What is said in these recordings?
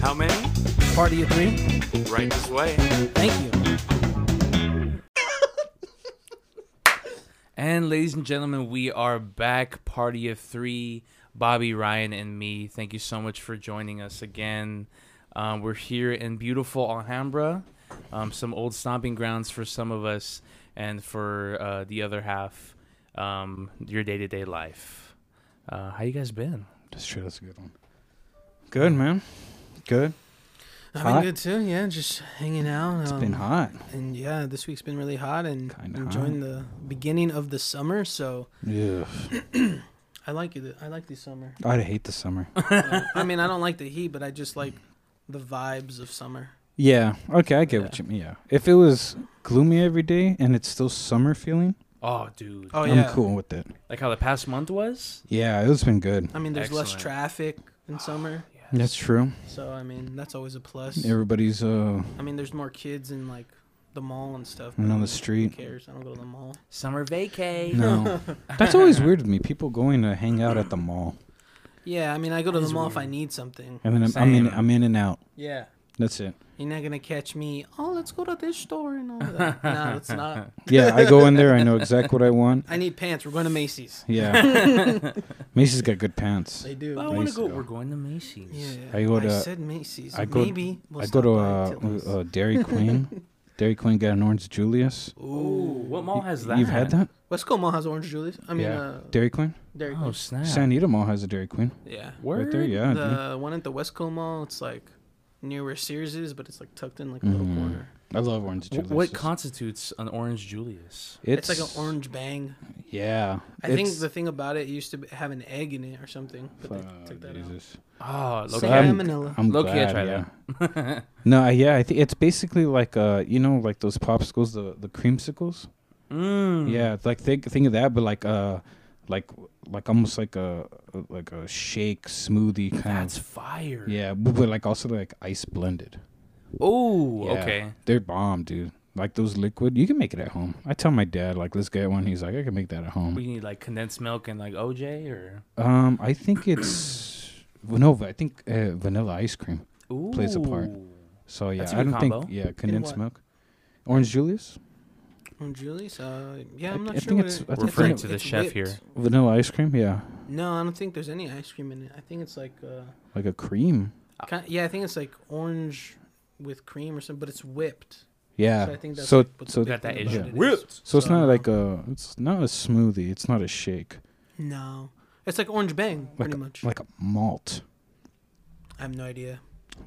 How many? Party of three. Right this way. Thank you. And ladies and gentlemen, we are back. Party of three, Bobby, Ryan, and me. Thank you so much for joining us again. Um, we're here in beautiful Alhambra, um, some old stomping grounds for some of us, and for uh, the other half, um, your day to day life. Uh, how you guys been? That's true. That's a good one. Good man. Good. I've Hot? been good too. Yeah, just hanging out. It's um, been hot. And yeah, this week's been really hot and Kinda enjoying the beginning of the summer. So Yeah. I like it. I like the summer. I'd hate the summer. Yeah. I mean, I don't like the heat, but I just like the vibes of summer. yeah. Okay. I get Yeah. what you mean. Yeah. If it was gloomy every day and it's still summer feeling, Oh, dude. Oh I'm yeah. cool with it. Like how the past month was? Yeah. It's been good. I mean, there's less Excellent. traffic in summer, That's true. so I mean that's always a plus. Everybody's uh I mean, there's more kids in like the mall and stuff. And but on the who street. cares? I don't go to the mall. Summer vacay. no. That's always weird to me. People going to hang out at the mall Yeah, I mean, I go to That the is mall if I weird. need something. and then I'm, I'm in. Same. I'm in and out. Yeah. That's it. You're not gonna catch me. Oh, let's go to this store and all that. no, it's not. Yeah. I go in there. I know exactly what I want. I need pants. We're going to Macy's. Yeah. Macy's got good pants. They do. I Nice want to go. go. We're going to Macy's. yeah. I go to- said Macy's. I go- Maybe. We'll I go stop to by Tilly's. uh, uh Dairy Queen. Dairy Queen got an orange Julius. Ooh, what mall has that? uh, You've had that? Wesco Mall has orange Julius. I mean, Yeah. uh, Dairy Queen? Dairy Oh Queen. snap! San Anita Mall has a Dairy Queen. Yeah. Right there, Word? yeah. dude. The one at the Wesco Mall, it's like near where Sears is, but it's like tucked in like a little Mhm. corner. I love orange Wh- Julius. What constitutes an orange Julius? It's, like an orange bang. Yeah. I think it's- the thing about it, it used to be- have an egg in it or something, but Oh, they took that out. Jesus. Oh, So look So at I'm- him. Salmonella. I'm Low-key, I glad, tried yeah. no, I- yeah, I think it's basically like uh, you know, like those popsicles, the the creamsicles. Hmm. Mm. Yeah, it's like think think of that, but like uh, like like almost like a like a shake smoothie kind that's of. fire. Yeah, but, but like also like ice blended. Oh, Yeah, okay. They're bomb, dude. Like those liquid, you can make it at home. I tell my dad like, let's get one. He's like, I can make that at home. We need like condensed milk and like OJ or Um, I think it's well, no, but I think uh, vanilla ice cream. ooh. Plays a part. So yeah, That's a I good don't combo. think yeah condensed what? milk, orange Julius, Orange Julius? Uh, yeah, I- I'm not I sure. think what it's- it- I think Referring like- to the it's chef whipped. here. vanilla ice cream. Yeah, No, I don't think there's any ice cream in it. I think it's like, uh, like a cream. ki- yeah, I think it's like orange with cream or something, but it's whipped. Yeah. So I think that's so like what the so, big Got that thing about issue. it is. Whipped. so it's So I not don't like know. a it's not a smoothie. It's not a shake. No, it's like orange bang, Like pretty a, much. like a malt. I have no idea.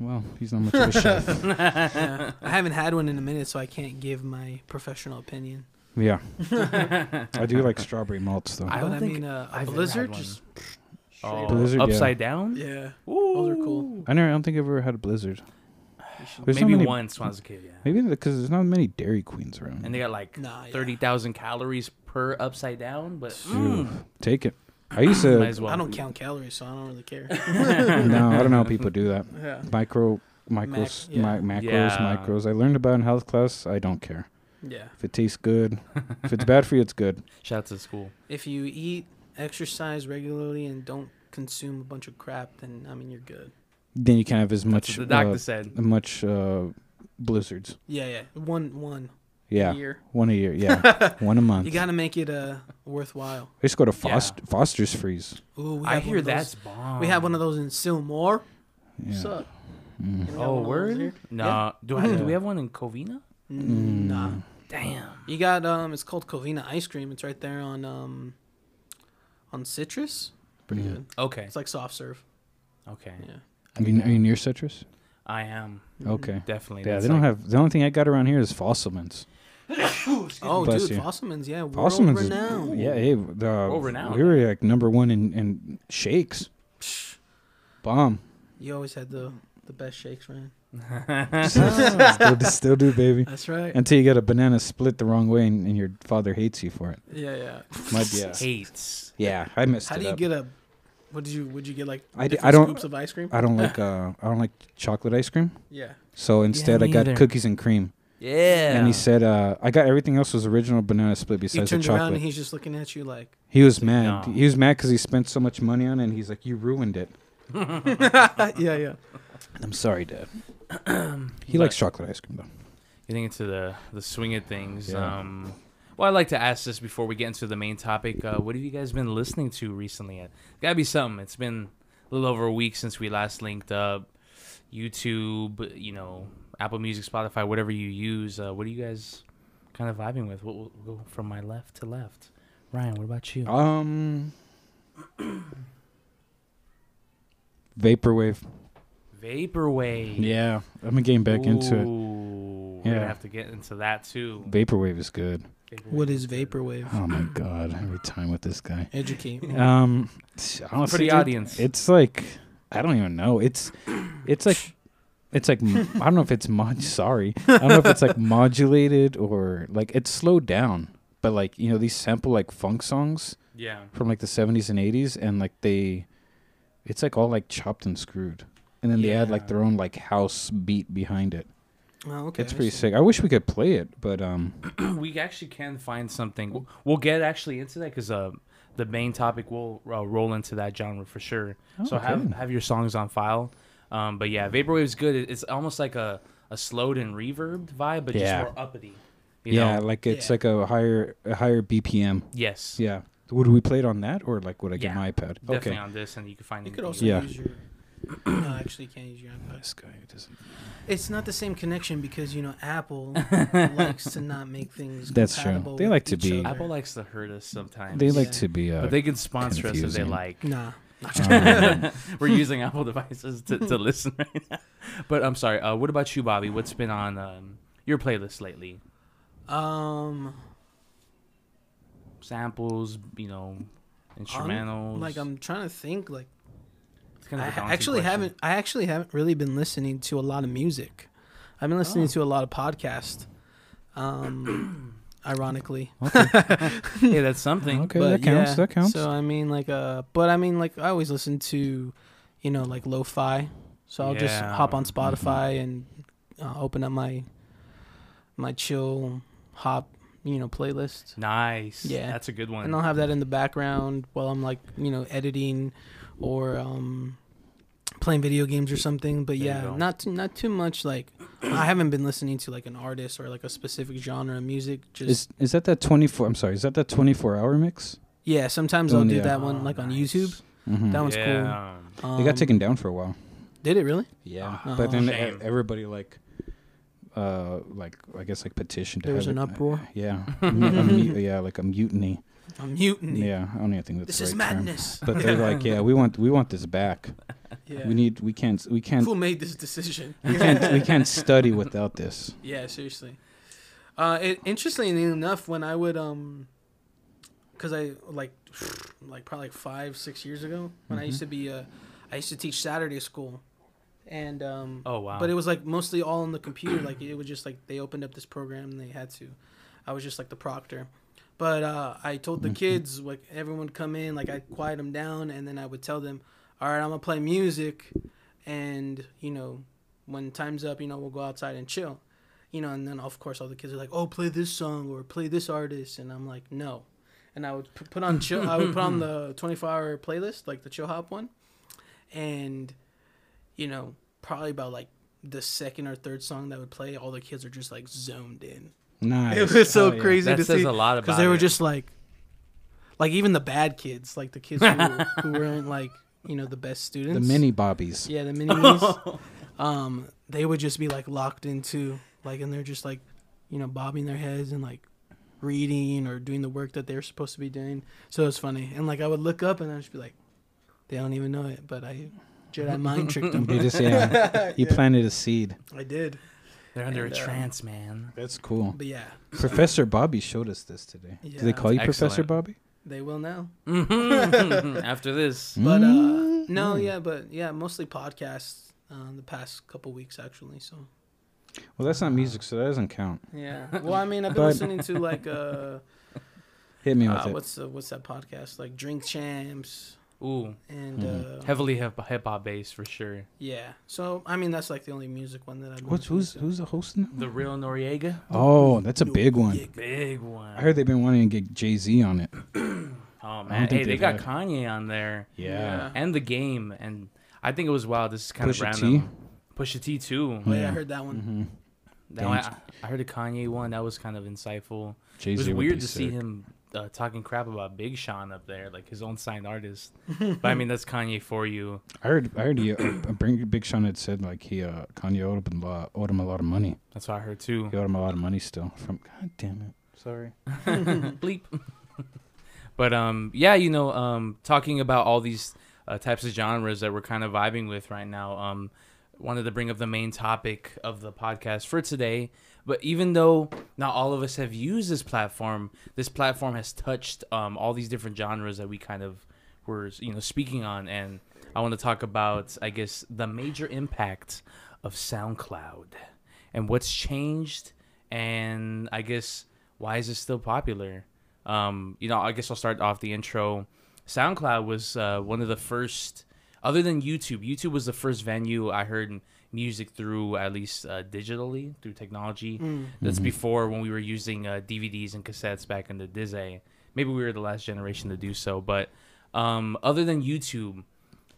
Well, he's not much of a chef. Yeah. I haven't had one in a minute, so I can't give my professional opinion. Yeah, I do like strawberry malts though. I But don't I think mean, uh, a I've ever blizzard had one. just. Oh, straight up. Blizzard, yeah. upside down. Yeah, Ooh. those are cool. I never. I don't think I've ever had a Blizzard. You should- There's not Maybe many- once when I was a kid. Yeah. Maybe because there's not many Dairy Queens around. And they got like Nah, yeah. thirty thousand calories per upside down, but Ooh, mm, Take it. I used to. might as well. I don't count calories, so I don't really care. no, I don't know how people do that. yeah. Micro, micros, yeah. mi- macros, Yeah. micros. I learned about in health class. I don't care Yeah. if it tastes good. if it's bad for you, it's good. Shout out to the school. If you eat, exercise regularly, and don't consume a bunch of crap, then I mean you're good. Then you can't have as That's much. what the doctor uh, said. much uh, blizzards. Yeah, yeah. One one Yeah, year. one a year. Yeah, one a month. You gotta make it uh worthwhile. I used to go to Yeah. Foster, Foster's Freeze. Ooh, we I have one hear of those- that's bomb. We have one of those in Silmore. Yeah. What's up? Mm. You know, we Oh, got one of those word? here. No. Yeah. Mm-hmm. Do, I, do Yeah. we have one in Covina? Mm, Nah. Damn. You got um. It's called Covina ice cream. It's right there on um. On citrus. Pretty Yeah. good. Okay. It's like soft serve. Okay. Yeah. Are you, are you near citrus? I am Mm-hmm. Okay. definitely. Yeah, That's they don't like- have. The only thing I got around here is Fossilman's. Oh, Bless dude, you. Fossilman's, yeah, world Fossilman's is renowned. yeah, hey, the, renowned. we were like number one in, in shakes. Bomb. You always had the the best shakes, man. still, still do, baby. That's right. Until you get a banana split the wrong way and, and your father hates you for it. yeah, yeah. My, yeah. hates. yeah, I messed How it do you up. get a? What did you? Would you get like I d- different I don't- scoops of ice cream? I don't like uh, I don't like chocolate ice cream. Yeah. So instead, me I got either. cookies and cream. Yeah. And he said, uh, I got everything else was original banana split You besides the turned around chocolate. and He, he's just looking at you like, was mad. No. He was mad because he spent so much money on it. and He's like, you ruined it. yeah, yeah. I'm sorry, Dad. he likes chocolate ice cream though. Getting into the the swing of things. Yeah. Um, well, I'd like to ask this before we get into the main topic. Uh, what have you guys been listening to recently? Uh, gotta be something. It's been a little over a week since we last linked up. YouTube, you know, Apple Music, Spotify, whatever you use. Uh, what are you guys kind of vibing with? What will go from my left to left? Ryan, what about you? Um, vaporwave. Vaporwave. Yeah, I've been getting back into it. Ooh, We're gonna Yeah. have to get into that too. Vaporwave is good. What is vaporwave? Oh my god, every time with this guy. Educate. me. Um, the honestly, dude, audience. it's like I don't even know. It's it's like it's like m- I don't know if it's mod. Sorry, I don't know if it's like modulated or like it's slowed down. But like you know, these sample like funk songs Yeah. from like the seventies and eighties, and like they, it's like all like chopped and screwed, and then they add like Yeah. their own like house beat behind it. Oh, okay. it's I pretty see. sick. I wish we could play it, but um, we actually can find something. We'll- We'll get actually into that because uh, the main topic will uh, roll into that genre for sure. Oh, So have Okay. have your songs on file. Um, but yeah, vaporwave's good. It- It's almost like a, a slowed and reverbed vibe, but Yeah. just more uppity. You yeah, Know? like it's Yeah. like a higher a higher BPM. Yes. Yeah. Would we play it on that or like would I get Yeah. my iPad? Definitely Okay. on this, and you can find You it could in also Yeah. use your. No, actually, you can't use your iPad. This guy doesn't. It's not the same connection because you know Apple likes to not make things. That's true. compatible They with like to each be- other. Apple likes to hurt us sometimes. They like Yeah. to be. Uh, but they can sponsor us if they confusing. like. Nah. um, We're using Apple devices to, to listen right now. But I'm sorry. Uh, what about you, Bobby? What's been on um, your playlist lately? Um, Samples, you know, instrumentals. like I'm trying to think. Like It's kind I of a ha- daunting actually question. haven't. I actually haven't really been listening to a lot of music. I've been listening Oh. to a lot of podcasts. Um, ironically, Hey, that's something. okay, that counts. yeah, That counts. So I mean, like, uh, but I mean, like, I always listen to, you know, like lo-fi. So I'll just Yeah. mm-hmm. hop on Spotify and uh, open up my my chill hop, you know, playlist, Nice. Yeah. that's a good one. and I'll have that in the background while I'm like, you know, editing or um playing video games or something. But There you yeah, go. not too, not too much. Like, I haven't been listening to like an artist or like a specific genre of music. Just is is that that twenty four? I'm sorry. Is that that twenty four hour mix? yeah, sometimes Oh, I'll do yeah. that one like on Nice. YouTube. Mm-hmm. That one's yeah. cool. It Um, got taken down for a while. Did it really? Yeah, Oh, but then e- shame. everybody like, uh, like I guess like petitioned. There to was have an it- uh, uproar? Yeah, A mu- a mu- yeah, like a mutiny. A mutiny. Yeah, I don't even think that's This the is right term. madness. But they're like, yeah, we want we want this back. Yeah. We need we can't we can't Who made this decision? we can't we can't study without this. yeah, seriously. Uh, it, interestingly enough, when I would um, cause I like, like probably like five six years ago when I used to Mm-hmm. be uh, I used to teach Saturday school, and um, Oh wow. but it was like mostly all on the computer. like it was just like they opened up this program and they had to. I was just like the proctor. But uh, I told the kids like everyone would come in, like I'd quiet them down, and then I would tell them, "All right, I'm gonna play music, and you know, when time's up, you know, we'll go outside and chill, you know." And then of course all the kids are like, "Oh, play this song or play this artist," and I'm like, "No," and I would p- put on chill. I would put on the 24-hour playlist, like the chill hop one, and you know, probably about like the second or third song that would play, all the kids are just like zoned in. Nice. It was so Hell yeah. crazy Oh, that to says see a lot about. because they were it. just like, like even the bad kids, like the kids who, who weren't like you know the best students. The mini bobbies. yeah, the minis. um, they would just be like locked into like, and they're just like, you know, bobbing their heads and like reading or doing the work that they're supposed to be doing. So it was funny, and like I would look up and I'd just be like, they don't even know it, but I Jedi mind tricked them. You just yeah, you planted a seed. I did, They're under and, a uh, trance, man. That's cool. but yeah, Professor Bobby showed us this today. Yeah, Do they call you that's Professor excellent. Bobby? they will now. After this, But uh, Mm. no, yeah, but yeah, mostly podcasts uh, the past couple weeks actually. So Well, that's not music, so that doesn't count. yeah, well, I mean, I've been But- listening to like uh, Hit me with uh it. what's uh, what's that podcast like Drink Champs ooh, and Mhm. uh, heavily hip hop based for sure. yeah. So I mean, that's like the only music one that I've. been What's listening who's to. who's the host now? The real Noriega, Oh, that's a big one. big one. I heard they've been wanting to get Jay Z on it. oh man, think hey, they they've got had- Kanye on there Yeah. and the game, and I think it was wild. This is kind of Pusha T. random. Pusha T too. Oh, yeah, I Yeah. heard that one. Mm-hmm. That one, I, Danger. I heard a Kanye one. That was kind of insightful. Jay It was Z weird to see him uh, talking crap about Big Sean up there, like his own signed artist. but I mean, that's Kanye for you. I heard. I heard. He, uh, Bring- Big Sean had said like he uh, Kanye owed him, a lot, owed him a lot of money. That's what I heard too. He owed him a lot of money still. From God damn it. Sorry. Bleep. but um, yeah, you know, um, talking about all these uh, types of genres that we're kind of vibing with right now. Um, wanted to bring up the main topic of the podcast for today. But even though not all of us have used this platform, this platform has touched um, all these different genres that we kind of were, you know, speaking on. And I want to talk about, I guess, the major impact of SoundCloud and what's changed, and I guess why is it still popular? Um, you know, I guess I'll start off the intro. SoundCloud was uh, one of the first, other than YouTube. YouTube was the first venue I heard music through, at least uh, digitally through technology. That's before when we were using uh, DVDs and cassettes back in the Dizay. Maybe we were the last generation to do so, but um, other than YouTube,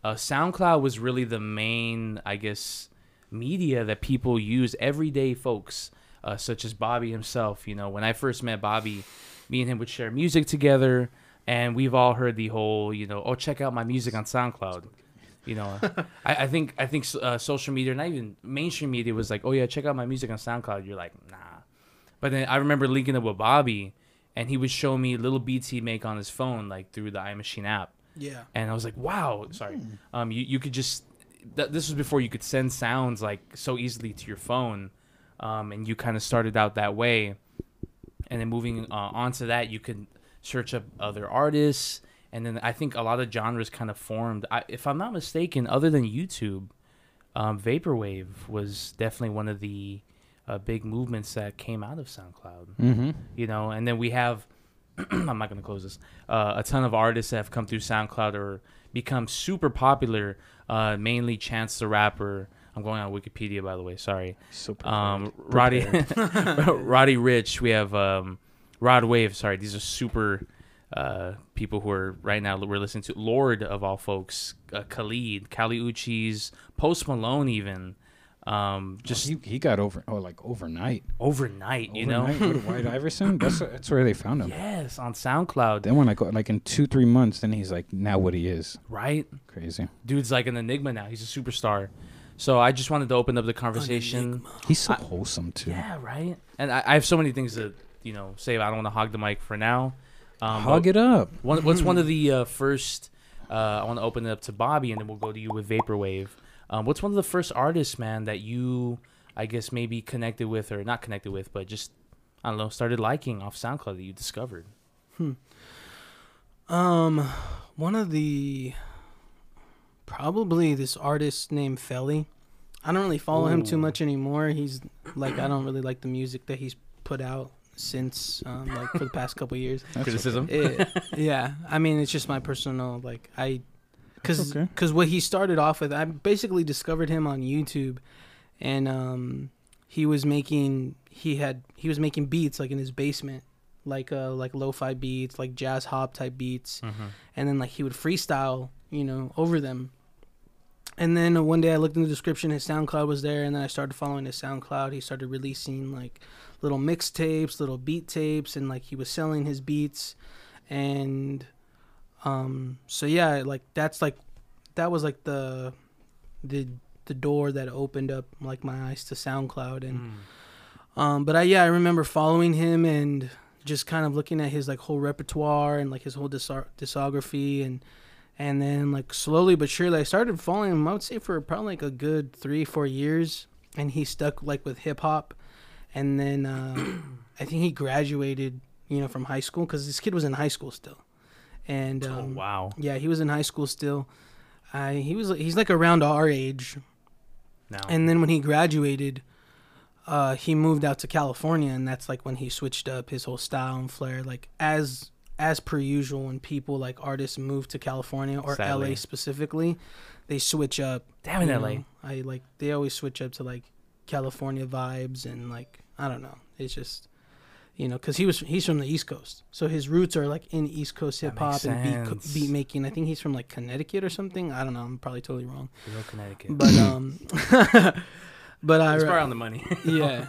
uh, SoundCloud was really the main, I guess, media that people use everyday folks, uh, such as Bobby himself. You know, when I first met Bobby, me and him would share music together, and we've all heard the whole, you know, oh, check out my music on SoundCloud. You know, I, I think I think uh, social media, not even mainstream media, was like, oh yeah, check out my music on SoundCloud. You're like, nah. But then I remember linking up with Bobby, and he would show me little beats he make on his phone, like through the iMachine app Yeah. and I was like, "Wow!" Sorry, um, you you could just th- this was before you could send sounds like so easily to your phone, um, and you kind of started out that way, and then moving uh, onto that, you could search up other artists, and then I think a lot of genres kind of formed. I, if I'm not mistaken, other than YouTube, um, vaporwave was definitely one of the uh, big movements that came out of SoundCloud Mm-hmm. you know and then we have i'm not going to close this uh, a ton of artists that have come through soundcloud or become super popular uh, mainly chance the rapper i'm going on wikipedia by the way sorry So um, prepared. roddy Prepared. roddy rich we have um, rod wave sorry these are super uh, people who are right now we're listening to lord of all folks uh, khalid kali uchis post malone even um, just he, he got over. Oh, like overnight. overnight you Overnight, know go to White Iverson. That's that's where they found him. yes on soundcloud Then when I go, like in two three months, then he's like now what he is. right Crazy. dude's like an enigma now. He's a superstar. So I just wanted to open up the conversation. He's so wholesome too. Yeah, right. And I, I have so many things to you know say. but I don't want to hog the mic for now. Um, Hug it up. but One, what's one of the uh, first? Uh, I want to open it up to Bobby, and then we'll go to you with vaporwave. Um, what's one of the first artists, man, that you I guess maybe connected with or not connected with, but just I don't know, started liking off SoundCloud that you discovered? Um, one of the probably this artist named Felly. I don't really follow him too Ooh. much anymore. He's like I don't really like the music that he's put out since um, like for the past couple years. That's Criticism. It, yeah, I mean it's just my personal like I, cause okay. 'cause what he started off with, I basically discovered him on YouTube, and um, he was making he had he was making beats like in his basement, like uh like lo-fi beats, like jazz hop type beats, Mm-hmm. and then like he would freestyle, you know, over them. And then one day I looked in the description, his SoundCloud was there, and then I started following his SoundCloud. He started releasing like little mixtapes, little beat tapes, and like he was selling his beats, and um, so yeah, like that's like that was like the the the door that opened up like my eyes to SoundCloud Mm. and um, but I yeah, I remember following him and just kind of looking at his like whole repertoire and like his whole disar- discography and and then like slowly but surely I started following him. I would say for probably like a good three four years, and he stuck like with hip hop, and then uh, I think he graduated you know from high school because this kid was in high school still, and um, oh wow, yeah, he was in high school still. I he was he's like around our age, now and then when he graduated, uh, he moved out to California, and that's like when he switched up his whole style and flair, like as as per usual. When people like artists move to California or Sadly. LA specifically, they switch up. damn it, you LA. know? I like they always switch up to like California vibes and like I don't know. It's just you know, because he was he's from the East Coast, so his roots are like in East Coast That hip makes hop and beat, sense. beat making. I think he's from like Connecticut or something. I don't know. I'm probably totally wrong, Real Connecticut. but um, but I it's probably on the money. yeah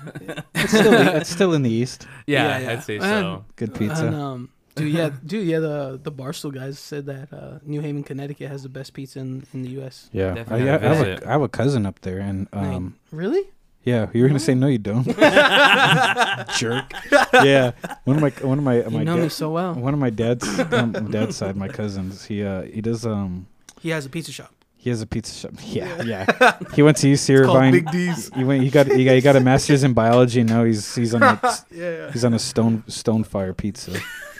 It's still, it's still in the east. yeah, Yeah, yeah. I'd say Man. so. Good And, pizza. um, dude, yeah, dude, yeah. The the Barstool guys said that uh, New Haven, Connecticut has the best pizza in, in the U.S. Yeah, I, I, Definitely gotta have visit. a, I have a cousin up there, and Like, um, really? yeah, you were gonna say no, you don't, jerk. Yeah, one of my one of my my you know dad- me so well. one of my dad's um, dad's side, my cousins. He uh he does um He has a pizza shop. he has a pizza shop. Yeah, yeah. he went to UC Irvine. D's. he went. He got he got, he got a master's in biology. and Now he's he's on a, Yeah. he's on a stone stone fire pizza.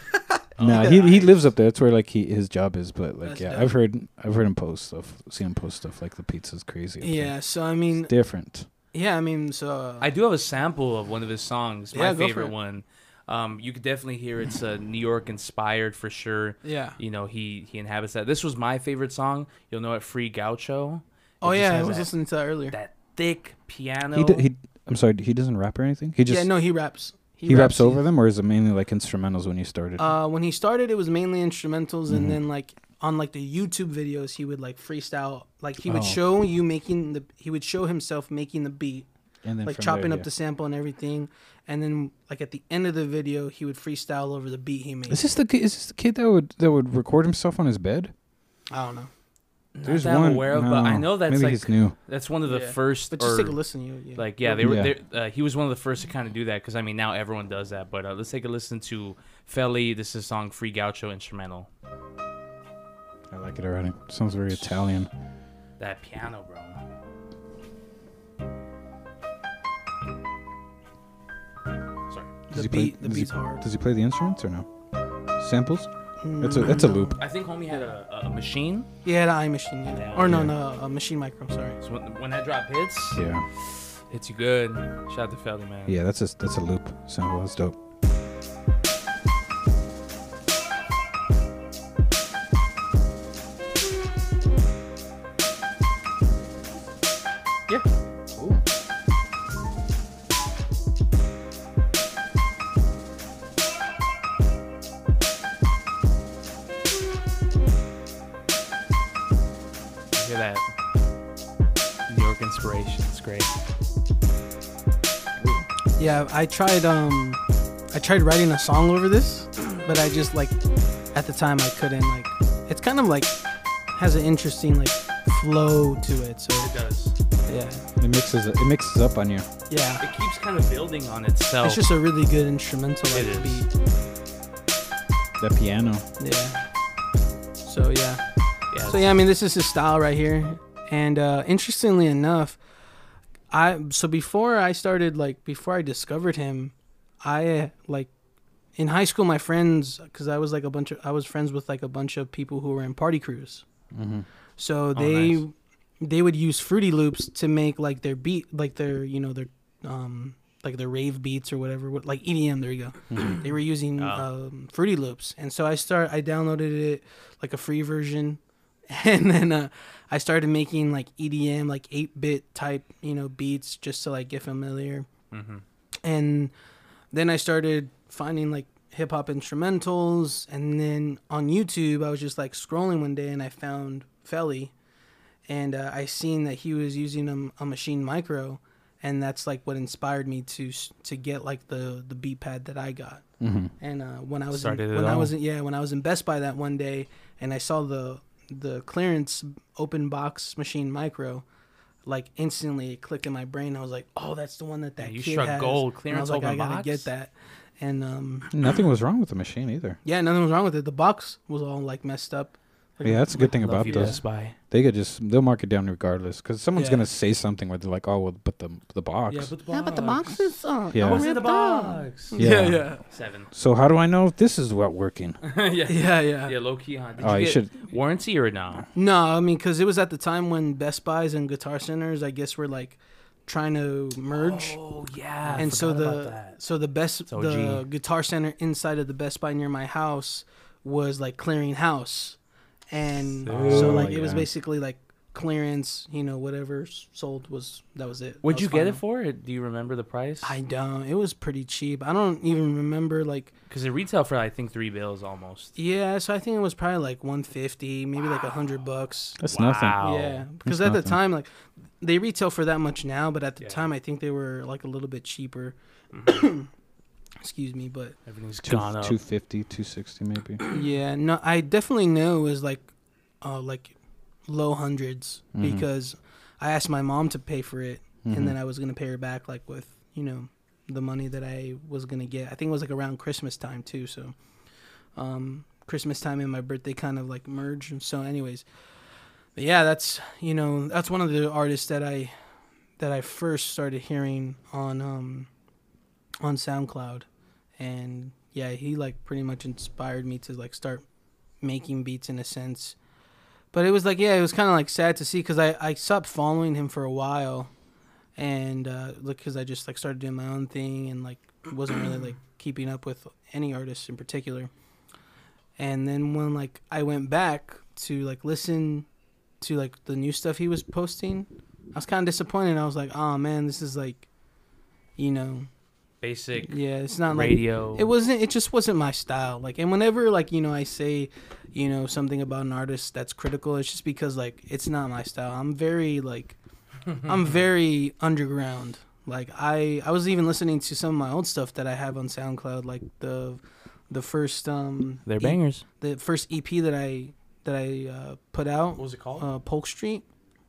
nah, he he lives up there. That's where like he his job is. But like That's yeah, dope. I've heard I've heard him post stuff. Seen him post stuff like the pizza's crazy. up there. Yeah. So I It's mean, different. yeah. I mean, so I do have a sample of one of his songs, my Yeah, go for favorite it. one. Um, you could definitely hear it's uh, New York inspired for sure. yeah. You know, he he inhabits that. This was my favorite song. You'll know it, Free Gaucho. It Oh just yeah, I has was that, listening to that earlier. that thick piano. He d- he. I'm sorry. He doesn't rap or anything. He just yeah. No, he raps. he, raps, over them, or is it mainly like instrumentals when you started? Uh, when he started, it was mainly instrumentals, Mhm. and then like on like the YouTube videos, he would like freestyle. Like he would Oh. show you making the. He would show himself making the beat. and then like from chopping there, up yeah. the sample and everything, and then like at the end of the video, he would freestyle over the beat he made. Is this the ki- is this the kid that would that would record himself on his bed? I don't know, Not that I'm aware of, but I no, know that's maybe like he's new. that's one of the Yeah. first. but just or- take a listen. You, you Like yeah, they were. Yeah. they're Uh, he was one of the first to kind of do that because I mean now everyone does that. But uh, let's take a listen to Feli. This is song Free Gaucho instrumental. I like it already. Sounds very Italian. That piano, bro. Sorry, Does the he play- beat, the does he- beat's hard. Does he play the instruments or no? Samples? That's a that's a loop. I think homie had a, a- a machine. Yeah, the eye machine, yeah. Yeah. or no, Yeah. no, uh, a machine micro. Sorry. So when, when that drop hits, Yeah, hits you good. Shout out to Feli, man. yeah. That's a that's a loop. Sample. That's dope. Yeah. Cool. You hear that? New York inspiration. It's great. Yeah, I tried. Um, I tried writing a song over this, but I just like at the time I couldn't. Like, it's kind of like has an interesting like flow to it. So It does. yeah, It mixes it mixes up on you. yeah. It keeps kind of building on itself. It's just a really good instrumental It like, is. beat. That piano. Yeah. So yeah. yeah, So yeah, I mean this is his style right here. And uh interestingly enough, I so before I started like before I discovered him, I uh, like in high school my friends cuz I was like a bunch of I was friends with like a bunch of people who were in party crews. Mm-hmm. So they Oh, nice. they would use Fruity Loops to make like their beat like their, you know, their um like their rave beats or whatever, what- like EDM, there you go they were using Oh. um, Fruity Loops, and so I start I downloaded it like a free version, and then uh, I started making like EDM like eight bit type you know beats just to like get familiar, hmm and then I started finding like hip hop instrumentals, and then on YouTube I was just like scrolling one day and I found Felly, and uh, I seen that he was using um, a, a machine micro. And that's like what inspired me to s- to get like the the beat pad that I got. Mm-hmm. And uh, when I was in, Started it when I all. was in, yeah when I was in Best Buy that one day, and I saw the the clearance open box machine micro, like instantly it clicked in my brain. I was like, oh, that's the one that that Yeah, you kid struck has. gold. And I Clearance was like, I open gotta box? get that. And um, Nothing was wrong with the machine either. yeah, nothing was wrong with it. The box was all like messed up. Like, Yeah, that's a good thing love about you, those. Best Spy. They could just they'll mark it down regardless because someone's Yeah. gonna say something where they're like, oh well, but the the box. Yeah, but the box. Yeah, but the box is uh, Yeah. What's in Oh, the box? Yeah. Seven. so how do I know if this is what working? yeah. yeah, yeah. Yeah, low key, huh? Did Oh, you you get should. warranty or no? No, I mean, because it was at the time when Best Buys and Guitar Centers, I guess, were like trying to merge. Oh yeah. and so the so the best OG. the guitar center inside of the Best Buy near my house was like clearing house, and Sick. so Oh, like it was yeah. basically like clearance, you know, whatever sold was that was it. What'd That you was get it final. for? Do you remember the price? I don't. It was pretty cheap. I don't even remember like Because it retail for I think three bills almost. yeah, so I think it was probably like 150, maybe like a 100 bucks. That's Wow. nothing. Yeah, because That's at the nothing. time like they retail for that much now, but at the Yeah. Mm-hmm. time I think they were like a little bit cheaper. Excuse me, but Everything's Two, gone up. 250, 260 maybe. yeah, no, I definitely know it was like uh like low 100s Mhm. because I asked my mom to pay for it Mhm. and then I was gonna pay her back like with you know the money that I was gonna get. I think it was like around Christmas time too. So um, Christmas time and my birthday kind of like merge. And so, anyways, but yeah, that's you know that's one of the artists that I that I first started hearing on um, on SoundCloud, and yeah, he like pretty much inspired me to like start making beats in a sense. But it was like, yeah, it was kind of like sad to see because I, I stopped following him for a while and uh, look, because I just like started doing my own thing and like wasn't really like keeping up with any artist in particular. And then when like I went back to like listen to like the new stuff he was posting, I was kind of disappointed. I was like, oh man, this is like, you know, Basic yeah, it's not like radio. it wasn't. It just wasn't my style. Like, and whenever like you know I say, you know something about an artist that's critical, it's just because like it's not my style. I'm very like, I'm very underground. Like I I was even listening to some of my old stuff that I have on SoundCloud, like the the first um They're E- bangers. the first EP that I that I uh, put out, was it called? uh, Polk Street.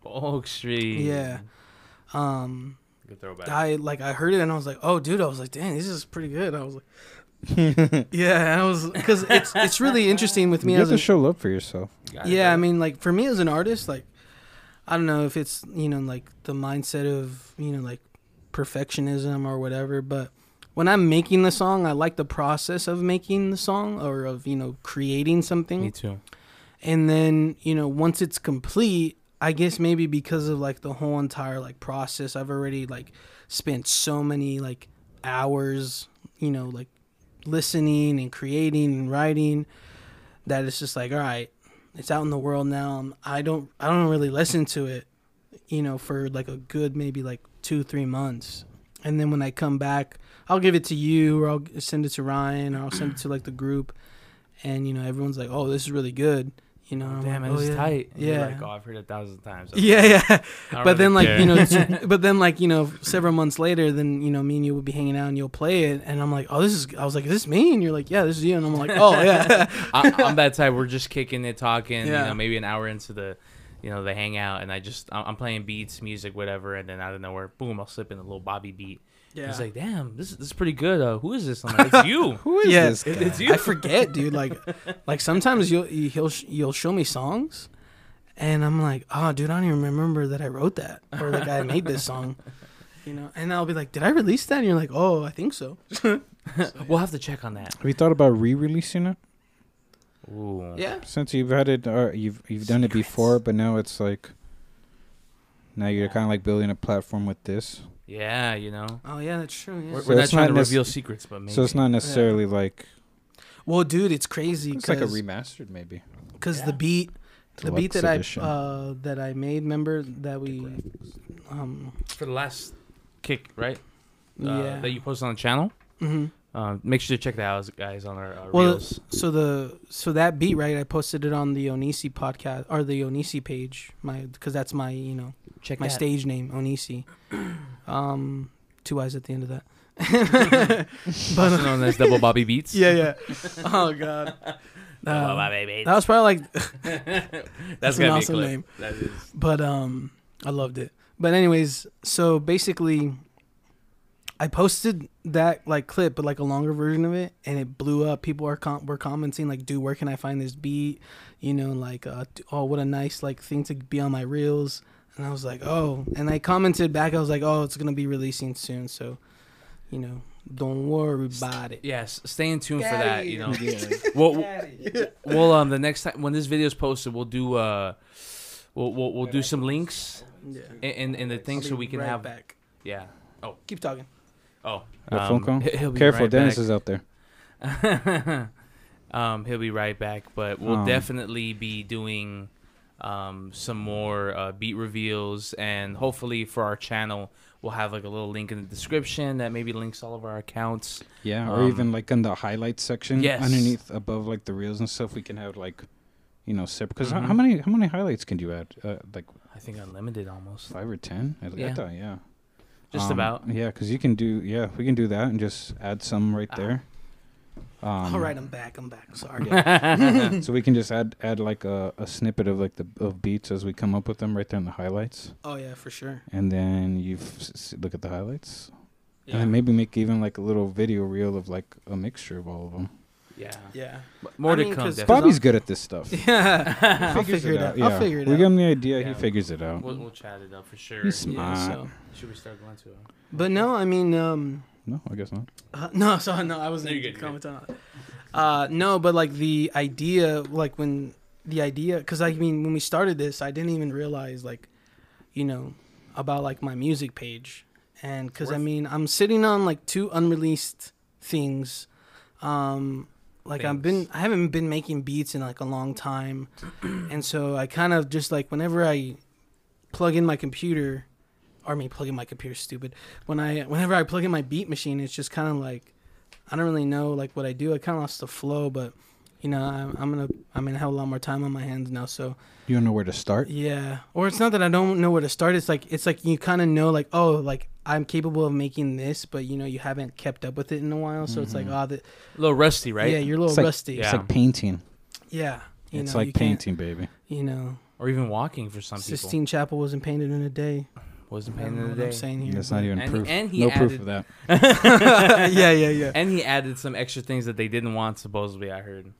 Oak Street. Yeah. Um, Good throwback. I like I heard it and I was like, oh dude, I was like, dang, this is pretty good. I was like, yeah, I was because it's it's really interesting with me you have as to an, show love for yourself. Got it, yeah. I brother. mean, like for me as an artist, like I don't know if it's you know like the mindset of you know like perfectionism or whatever, but when I'm making the song, I like the process of making the song or of you know creating something me too. and then you know once it's complete i guess maybe because of like the whole entire like process i've already like spent so many like hours you know like listening and creating and writing that it's just like all right it's out in the world now and i don't i don't really listen to it you know for like a good maybe like two three months and then when i come back i'll give it to you or i'll send it to ryan or i'll send it to like the group and you know everyone's like oh this is really good you know and I'm Damn, like, it "Oh, was yeah." tight. And you're yeah like, oh, I've heard it a thousand times. yeah yeah I don't but then really like care. you know t- but then like you know several months later then you know me and you will be hanging out and you'll play it and i'm like oh this is i was like is this me and you're like yeah this is you and i'm like oh yeah I, I'm that type. We're just kicking it, talking. You Yeah. know, maybe an hour into the, you know, the hangout, and I just I'm I'm playing beats, music, whatever, and then out of nowhere, boom, I'll slip in a little Bobby beat. yeah It's like, damn, this this is pretty good. Uh, who is this? I'm like, it's you. Who is Yeah, this? It- it's guy? you. I forget, dude. Like, like sometimes you'll you- he'll sh- you'll show me songs, and I'm like, oh, dude, I don't even remember that I wrote that or like I made this song, you know. And I'll be like, did I release that? And you're like, oh, I think so. We'll have to check on that. Have you thought about re-releasing it? Ooh. Yeah, Since you've had it, uh, you've you've done it before, but now it's like, now you're kind of like building a platform with this. Yeah, you know. oh yeah, that's true. Yeah. We're, So we're not it's trying not to nec- reveal secrets, but maybe. So it's not necessarily like Well, dude, it's crazy it's like a because remastered maybe. the Yeah. beat the beat Deluxe that edition. I uh, that I made, remember that we um for the last kick, right? Uh, yeah That you posted on the channel. hmm Um, make sure to check that out, guys, on our uh, Well, reels. So the so that beat right, I posted it on the Onisi podcast or the Onisi page, my because that's my you know Check my that. stage name Onisi. Um, two eyes at the end of that. uh, also known as Double Bobby Beats. yeah, yeah. Oh God. Double Um, Bobby Beats. that was probably like That's That's gonna an be awesome a clip. name. That is. but um i loved it but anyways so basically i posted that like clip but like a longer version of it and it blew up people are com- were commenting like dude where can i find this beat you know like uh, d- oh what a nice like thing to be on my reels and i was like oh and i commented back i was like oh it's gonna be releasing soon so you know don't worry about it Yes, stay in tune for that. You know, That's we'll, we'll um the next time when this video is posted, we'll do uh, we'll we'll, we'll do some links yeah in in, in the thing so we can have back yeah. keep talking Oh, A phone call? he- He'll be Careful, right Dennis back. is out there. um, he'll be right back, but we'll Um, definitely be doing um, some more uh, beat reveals, and hopefully for our channel, we'll have like a little link in the description that maybe links all of our accounts. Yeah, or Um, even like in the highlights section yes. underneath above like the reels and stuff, we can have like you know separate. Because Mhm. how many how many highlights can you add? Uh, like I think unlimited almost, five or ten? I, yeah. Yeah. I thought, yeah. just Um, about. Yeah, because you can do yeah we can do that and just add some right Ah. there. Um, All right, I'm back. I'm back. Sorry. so we can just add add like a, a snippet of like the of beats as we come up with them right there in the highlights, Oh yeah, for sure. and then you f- s- look at the highlights, Yeah. and then maybe make even like a little video reel of like a mixture of all of them. yeah. Yeah. But More I to mean, come. 'cause definitely. Bobby's good at this stuff. Yeah. I'll Figures figure it out. I'll figure it we out. give him the idea. Yeah. He figures it out. We'll, we'll chat it up for sure. He's smart. yeah so. Should we start going to? uh, But no, I mean, um, No, I guess not. uh, no, so no, I No, wasn't you're good, you're commenting on. it. Uh, no, but like the idea, like when the idea, because I mean, when we started this, I didn't even realize like, you know, about like my music page, and because I Worth- mean, I'm sitting on like two unreleased things, um, like I've been, Things. I haven't been making beats in like a long time, and so I kind of just like whenever I plug in my computer or I mean plug in my computer stupid. When I whenever I plug in my beat machine, it's just kind of like I don't really know like what I do. I kind of lost the flow, but you know I'm, I'm gonna I'm gonna have a lot more time on my hands now. So You don't know where to start. yeah, or it's not that I don't know where to start. It's like it's like you kind of know like oh like I'm capable of making this, but you know you haven't kept up with it in a while. So it's like Mhm. oh the, A little rusty, right? yeah you're a little It's like- rusty. Yeah. It's like painting. Yeah, you it's know, you like can't- painting, baby. You know, Or even walking for some Sistine Chapel wasn't painted in a day. people. Wasn't I paying don't know the what day. I'm saying here. That's not even And- proof. and he no proof added- of that. but- yeah, yeah, yeah. And he added some extra things that they didn't want, supposedly, I heard,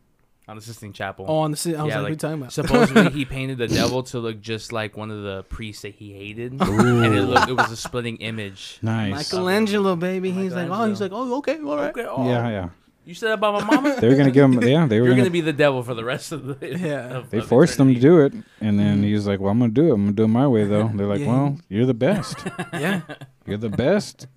on the Sistine Chapel. Oh, on the si- I was Yeah, like, like, who talking about? Supposedly, he painted the devil to look just like one of the priests that he hated. And it, looked, it was a splitting image. Nice. Michelangelo, baby. He's like, oh, he's like, oh, okay, all right. Okay, oh, Yeah, yeah. You said that about my mama? They were gonna give him. Yeah, they were You're gonna. going to be the devil for the rest of the. Yeah. of- they of forced him to eternity. do it, and then he was like, "Well, I'm gonna do it. I'm gonna do it my way, though." They're like, Mm-hmm. Yeah. "Well, you're the best. Yeah. You're the best,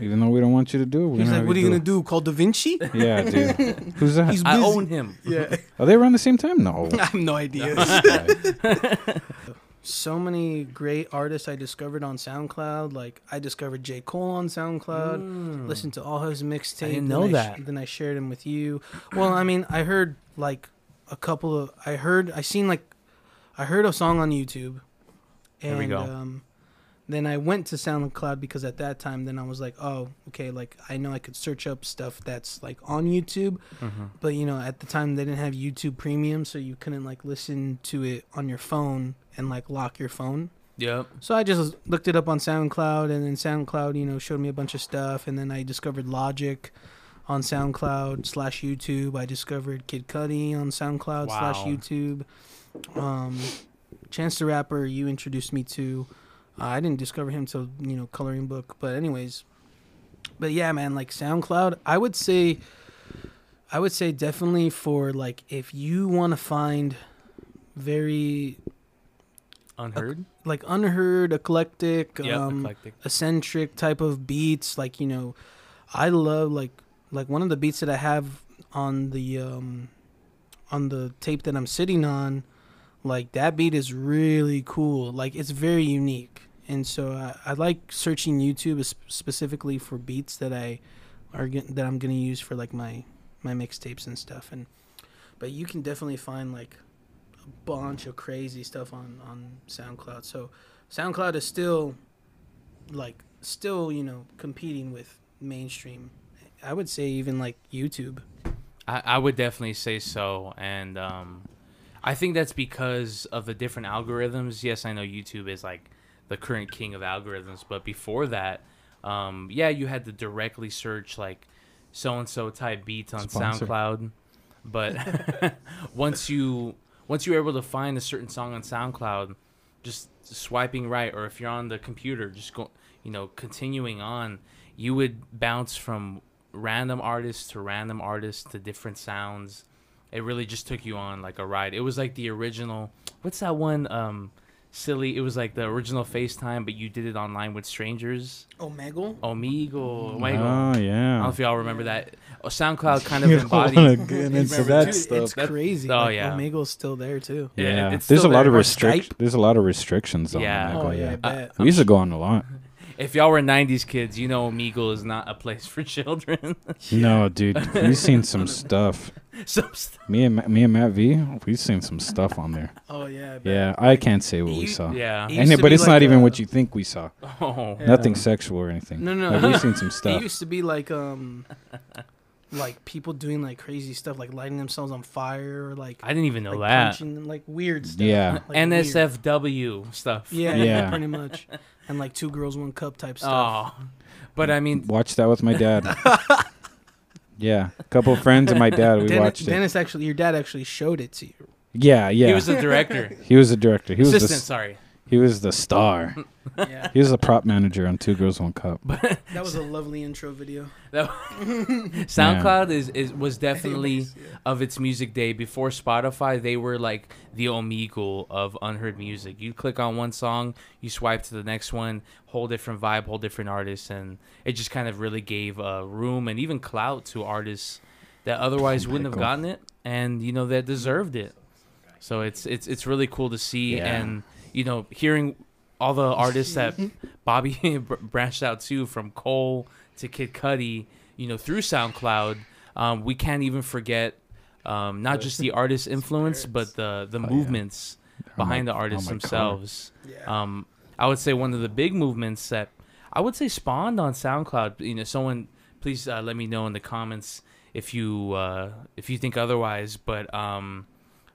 even though we don't want you to do it." We're He's gonna like, have what are you do gonna do? Call Da Vinci? it." Yeah, dude. Who's that? He's I busy. own him. yeah. Are they around the same time? No. I have no idea. Right. so many great artists I discovered on SoundCloud. Like I discovered J Cole on SoundCloud. Mm. Listened to all his mixtapes. I didn't know then I sh- that. then I shared him with you. Well, I mean, I heard like a couple of. I heard. I seen like. I heard a song on YouTube. And, There we go. Um, then I went to SoundCloud because at that time, then I was like, oh, okay, like I know I could search up stuff that's like on YouTube, Mhm. but you know, at the time they didn't have YouTube Premium, so you couldn't like listen to it on your phone and like lock your phone. Yep. So I just looked it up on SoundCloud, and then SoundCloud, you know, showed me a bunch of stuff, and then I discovered Logic on SoundCloud slash YouTube. I discovered Kid Cudi on SoundCloud slash Wow. YouTube. Um, Chance the Rapper, you introduced me to. Uh, I didn't discover him till you know Coloring Book, but anyways. But yeah, man, like SoundCloud, I would say, I would say definitely for like if you want to find very Unheard? like unheard, eclectic, yep. um, eclectic. eccentric type of beats. Like you know, I love like like one of the beats that I have on the um on the tape that I'm sitting on. Like that beat is really cool. Like it's very unique, and so I, I like searching YouTube sp- specifically for beats that I are get, that I'm gonna use for like my my mixtapes and stuff. And but you can definitely find like a bunch of crazy stuff on on SoundCloud. So SoundCloud is still like still you know competing with mainstream. I would say even like YouTube. I, I would definitely say so, and um, I think that's because of the different algorithms. Yes, I know YouTube is like the current king of algorithms, but before that, um, yeah, you had to directly search like so and so type beats on Sponsor. SoundCloud. But once you once you were able to find a certain song on SoundCloud, just swiping right, or if you're on the computer, just go, you know, continuing on, you would bounce from random artists to random artists to different sounds. It really just took you on like a ride. It was like the original. What's that one? Um, silly. It was like the original FaceTime, but you did it online with strangers. Omegle. Omegle, Omegle. Oh I don't know yeah. if y'all remember that. Oh, SoundCloud kind of You don't wanna embodied. get Dude, into remember, that dude, It's stuff. That- crazy. oh, like, yeah. Omegle's still there too. Yeah, Yeah, it's there's a still lot there. of Or restrict. Skype. There's a lot of restrictions on Yeah. that. Oh, Oh, yeah, I yeah. bet. We used to go on a lot. If y'all were '90s kids, you know Omegle is not a place for children. No, dude, we've seen some stuff. Some stuff. Me and Ma- me and Matt V, we've seen some stuff on there. Oh yeah. I bet. Yeah, I can't say what we You- saw. Yeah. And It used it, to but be it's like not even a- what you think we saw. Oh. Yeah. Nothing sexual or anything. No, no. Like, we've seen some It stuff. used to be like um, like people doing like crazy stuff, like lighting thememselves on fire, or like I didn't even know like that. punching, like weird stuff. Yeah. like, weird. NSFW stuff. Yeah, Yeah. yeah, pretty much, and like two girls, one cup type stuff. Oh. But I mean, Watched that with my dad. yeah, a couple of friends and my dad. We Dennis, watched it. Dennis actually, your dad actually showed it to you. Yeah, yeah. he was the director. a director. He was the, Assistant, s- sorry. he was the star. Yeah, He was the prop manager on Two Girls One Cup. that was a lovely intro video. That- SoundCloud is, is was definitely of its music day before Spotify. They were like the Omegle of unheard music. You click on one song, you swipe to the next one, whole different vibe, whole different artists, and it just kind of really gave uh, room and even clout to artists that otherwise wouldn't have Michael. gotten it, and you know that deserved it. So it's it's it's really cool to see Yeah. and you know hearing all the artists that Bobby br- branched out to from Cole to Kid Cudi, you know through SoundCloud. Um, we can't even forget um, not just the artist influence, but the the yeah. movements behind my- the artists oh my God. themselves. Yeah, Um, I would say one of the big movements that I would say spawned on SoundCloud. You know, someone please uh, let me know in the comments if you uh, if you think otherwise. But um,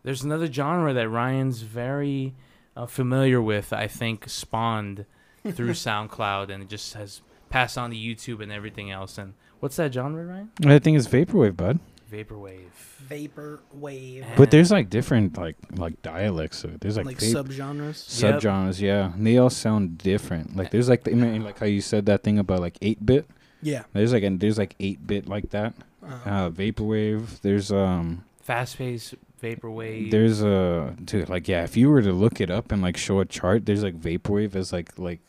there's another genre that Ryan's very uh, familiar with. I think spawned through SoundCloud and it just has passed on to YouTube and everything else. And what's that genre, Ryan? I think it's vaporwave, bud. Vaporwave. vapor wave, And- But there's like different like like dialects of it. There's like, like vape- subgenres. Yep. subgenres, yeah. And they all sound different. Like there's like the I mean, like how you said that thing about like eight bit. Yeah, There's like and there's like eight bit like that. Uh-huh. uh, Uh, vaporwave. There's um fast paced vaporwave. there's a dude like yeah. If you were to look it up and like show a chart, there's like vaporwave as like like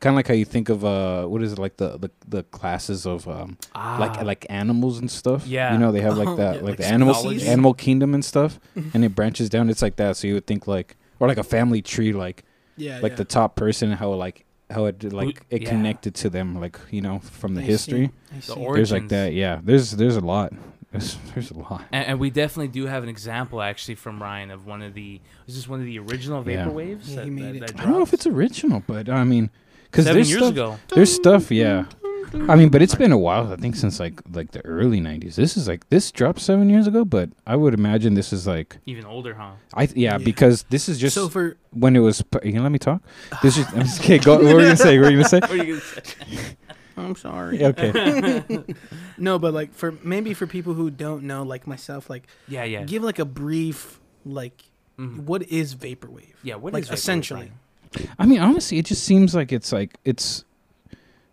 kind of like how you think of uh what is it like the the, the classes of um ah, like like animals and stuff. Yeah. you know they have like Oh, that yeah, like, like the animal zoology. animal kingdom and stuff, and it branches down. It's like that. So you would think like or like a family tree like yeah, like Uh, yeah. the top person how like how it like it yeah. connected to them like you know from the I see, history I see. or- there's like Origins. that yeah there's there's a lot there's, there's a lot And, and we definitely do have an example actually from Ryan of one of the was this one of the original Yeah. vaporwaves? Yeah, he made it. i don't know if it's original but i mean because seven there's years stuff ago. there's stuff yeah i mean but it's been a while i think since like like the early 90s this is like this dropped seven years ago but i would imagine this is like Even older, huh? i th- yeah, Yeah. because this is just so for when it was pu- you gonna let me talk this is i'm just kidding go, what were you gonna say what were you gonna say What are you gonna say? I'm sorry. okay No, but like for maybe for people who don't know, like myself, like Yeah, yeah. give like a brief like Mhm. what is vaporwave? Yeah, what like is vaporwave, essentially. Ryan? I mean, honestly, it just seems like it's like it's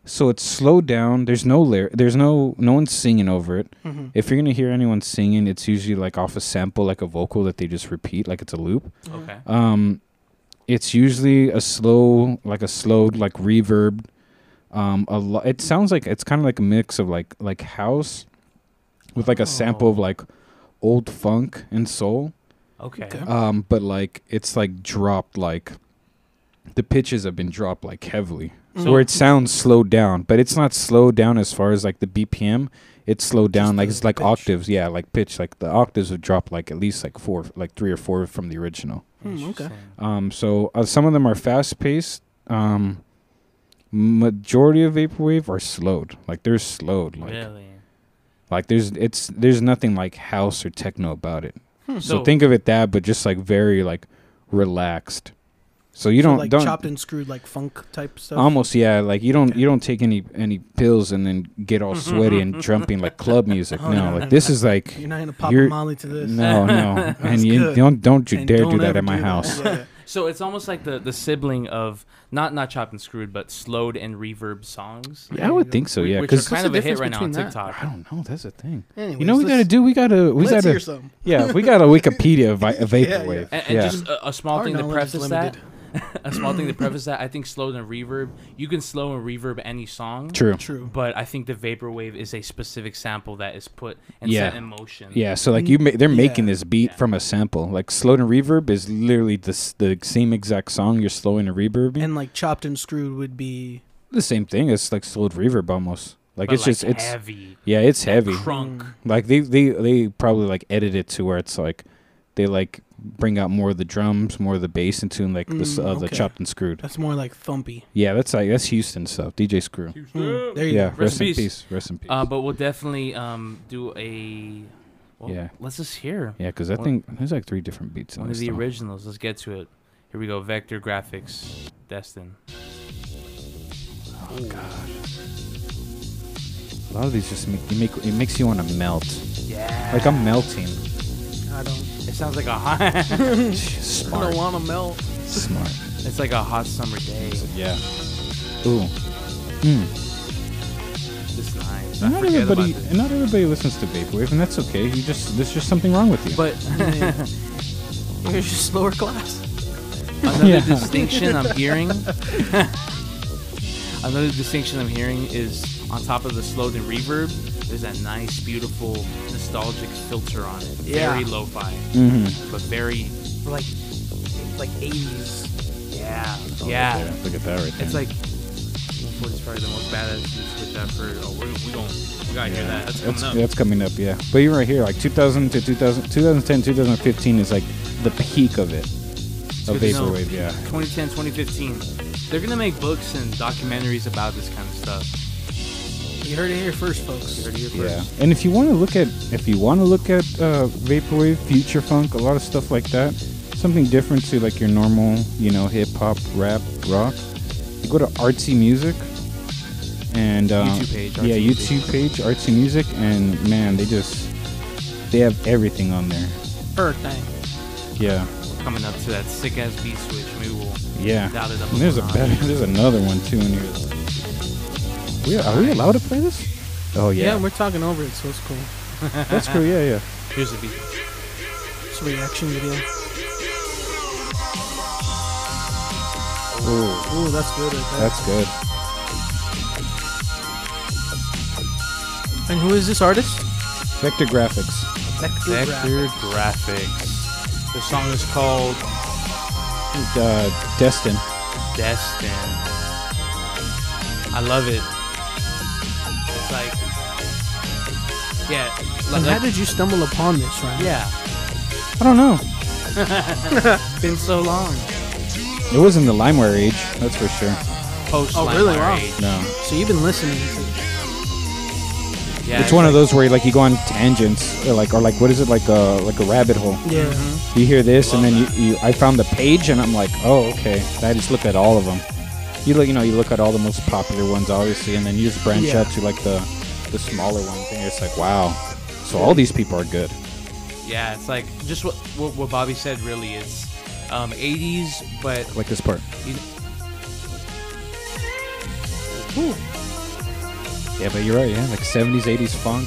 so it's slowed down. There's no lyr There's no no one's singing over it. Mhm. If you're gonna hear anyone singing, it's usually like off a sample, like a vocal that they just repeat, like it's a loop. Mhm. Okay. Um, it's usually a slow, like a slowed, like reverb. Um, a lo- it sounds like it's kind of like a mix of like like house with like a sample of Oh. like old funk and soul Okay. Okay. um but like it's like dropped like the pitches have been dropped like heavily So- where it sounds slowed down but it's not slowed down as far as like the bpm it's slowed down Just like the it's like pitch. octaves yeah like pitch like the octaves have dropped like at least like four like three or four from the original Hmm, okay. Interesting. um so uh, some of them are fast paced um majority of vaporwave are slowed like they're slowed like Really. like there's it's there's nothing like house or techno about it Hmm. so, So- think of it that, but just like very like relaxed. So you So, don't like don't chopped and screwed like funk type stuff. almost yeah like you don't Okay. you don't take any any pills and then get all sweaty and jumping like club music. Oh, no, no, like no, this is like You're not gonna pop You're- a molly to this. no no and That's you good. don't don't you And dare don't do that ever at my do that. house. Yeah. So it's almost like the, the sibling of not not chopped and screwed, but slowed and reverb songs. Yeah, I would think so. whi- Yeah, which are because kind the of a hit difference right now on between that? TikTok. I don't know. That's the thing. Anyways, You know what we gotta let's- do? We gotta we let's hear gotta some. yeah we got a Wikipedia vi- a Yeah, yeah. vaporwave. And, and Yeah, just a, a small Our thing to knowledge is preface that limited. a small thing to preface that I think slow and reverb. You can slow and reverb any song. True. True. But I think the vaporwave is a specific sample that is put and Yeah. set in motion. Yeah, so like you, ma- they're making Yeah. this beat Yeah. from a sample. Like slow and reverb is literally the s- the same exact song. You're slowing and reverbing. And like chopped and screwed would be the same thing. It's like slowed reverb almost. Like But, it's just it's heavy, yeah, it's heavy. hmm, crunk. Mm. Like they they they probably like edit it to where it's like they like bring out more of the drums, more of the bass into like the s Mm, uh, the okay. chopped and screwed. that's more like thumpy. Yeah, that's like that's Houston stuff. DJ Screw. Mm, there you Yeah, go. rest in peace. Rest in peace. Uh, but we'll definitely um, do a. Well, Yeah. Let's just hear yeah, because I one- think there's like three different beats. in one of this the song. originals. Let's get to it. Here we go. Vector Graphics, Destin. A lot of these just make, you make it makes you want to melt. Yeah. Like I'm melting. I don't. It sounds like a hot. I Smart. don't want to melt. Smart. it's like a hot summer day. Yeah. Ooh. Hmm. It's nice. I Not forget about everybody. this. Not everybody listens to vaporwave, and that's okay. You just there's just something wrong with you. But You're just lower class. Another Yeah. distinction I'm hearing. another distinction I'm hearing is on top of the slowed and reverb, there's that nice, beautiful, nostalgic filter on it. Yeah. Very lo-fi, Mhm. but very Like, like 80s. yeah, Oh, yeah. look at that- Look at that right there. It's like 140 is probably the most badass switch I've heard. Oh, we're, we don't we gotta hear that. That's coming That's, up. that's coming up, yeah. But you're right here, like 2000 to 2000, 2010, 2015 is like the peak of it. Of good to know. vaporwave, yeah. 2010, 2015. They're gonna make books and documentaries about this kind of stuff. You heard it here first, You folks. heard it here first. Yeah. And if you want to look at, if you want to look at uh, vaporwave, future funk, a lot of stuff like that, something different to like your normal, you know, hip hop, rap, rock. You go to artsy music, and uh, YouTube page, yeah, Artsy Music. YouTube page, artsy music, and man, they just they have everything on there. Earth thing. Yeah, coming up to that sick ass beat switch. Maybe we'll yeah. dial it up. And there's a notch. better, there's another one too in here. We are, we allowed to play this? Oh yeah, Yeah. we're talking over it, so it's cool. that's cool. Yeah, yeah. Here's a beat. It's a reaction video. Ooh, Ooh, that's good. Right there. that's good. and who is this artist? Vector graphics. Vector. Vector Graphics. The song is called uh, Destin. Destin. I love it. It's like, yeah, And like, how did you stumble upon this, right? yeah. I don't know. Been so long. It wasn't the LimeWire age, that's for sure. Post Oh, really? Wow. No, So you've been listening to Yeah, it's one of those where like you go on tangents, or like or like what is it like a like a rabbit hole? Mm-hmm. Yeah. You hear this, and Love then you, you I found the page, and I'm like, oh okay. I just look at all of them. You look, you know, you look at all the most popular ones, obviously, and then you just branch Yeah. out to like the the smaller ones, and it's like, wow. So all these people are good. Yeah, it's like just what what, what Bobby said. Really, it's um, 80s, but Like this part. you, Yeah, but you're right. Yeah, like 70s, 80s funk.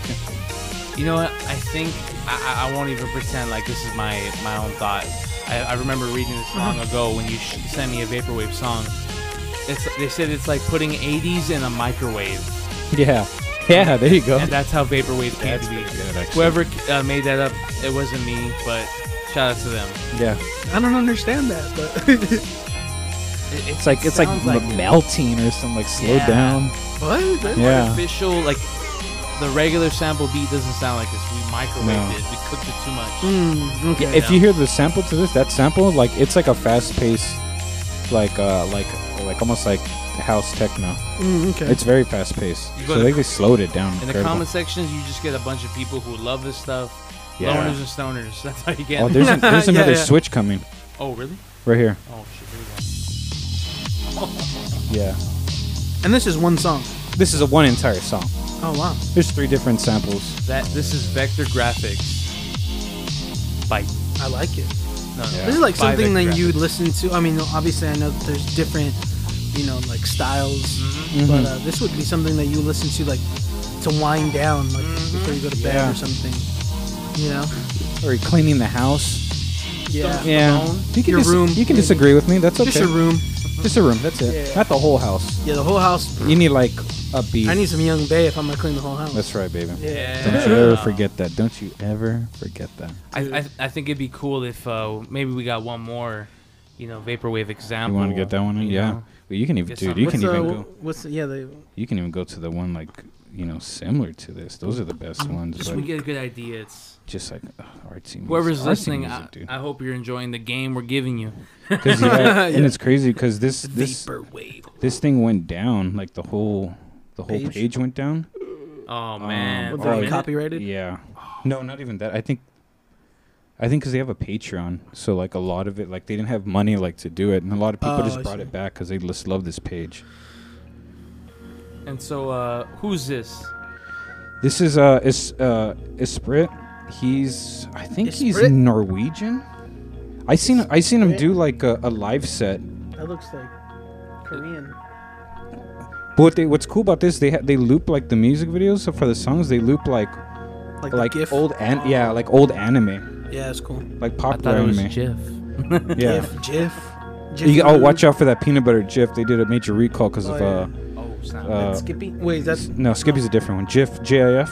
You know what? I think I, I- I won't even pretend like this is my my own thought. I, I remember reading this long ago when you sh- sent me a vaporwave song. It's they said it's like putting 80s in a microwave, Yeah, yeah. There you go. and that's how vaporwave came to be. Whoever uh, made that up, it wasn't me, but shout out to them. Yeah. I don't understand that, but It, It's like it's like, sounds m- melting or something. Like slow Yeah. down. what? That- Yeah. artificial. Like the regular sample beat doesn't sound like this. We microwaved No. it. We cooked it too much. Mm, okay. Yeah, if Yeah. you hear the sample to this, that sample, like it's like a fast paced, like uh, like like almost like house techno. Mm, okay. It's very fast paced. You go So to they, the- they slowed it down. In the incredible. comment sections, you just get a bunch of people who love this stuff. Yeah. Loners and stoners. That's how you get. Oh, there's an, there's Yeah, another yeah. switch coming oh, really? right here. Oh shit. Here we Yeah, and this is one song. this is a one entire song. Oh wow. There's three different samples. go. That this is Vector Graphics. By I like it. no, Yeah. This is like by something Vector that you Graphics. listen to. I mean, obviously, I know that there's different, you know, like styles, Mm-hmm. but uh, this would be something that you listen to, like, to wind down, like before you go to bed Mm-hmm. Yeah. or something. You know? Or you're cleaning the house. Yeah. Stone- uh, Yeah, Stone? you can Your dis- room. You can disagree with me. That's okay. Just your room. Just a room. That's it. Yeah. Not the whole house. Yeah, the whole house. You need like a beat. I need some young bae if I'm gonna clean the whole house. That's right, baby. Yeah. Don't you ever forget that. Don't you ever forget that. I, I I think it'd be cool if uh, maybe we got one more, you know, vaporwave You example. want to get that one? In? you Yeah. know? Well, you can even, Get dude. some- You what's, can uh, even wh- go. What's yeah the You can even go to the one like you know similar to this. Those are the best ones. Just but we get a good idea. It's just like ugh, artsy. music- whoever's artsy listening. music, I, dude. I hope you're enjoying the game we're giving you. 'Cause, yeah, and it's crazy because this this vaporwave? this thing went down. Like the whole the whole Page? page, went down. Oh Um, man. What For Well, they a oh, minute? copyrighted? Yeah. Oh. No, not even that. I think. I think because they have a Patreon, so like a lot of it, like they didn't have money like to do it, and a lot of people Oh, just I brought see. it back because they just love this page. And so, uh, who's this? This is uh is uh Esprit. He's I think he's Esprit? Norwegian. I seen I seen him do like a, a live set. That looks like Korean. But they, what's cool about this they ha- they loop like the music videos. So for the songs they loop like Like, like the GIF. old an- yeah like old anime Yeah, it's cool. like I thought popular it was anime. Jeff. yeah. GIF. GIF. GIF You, oh, watch out for that peanut butter GIF. They did a major recall because Oh, of yeah. uh, Oh, snap. Uh, Skippy. Wait, that's no Skippy's a different one. GIF JIF.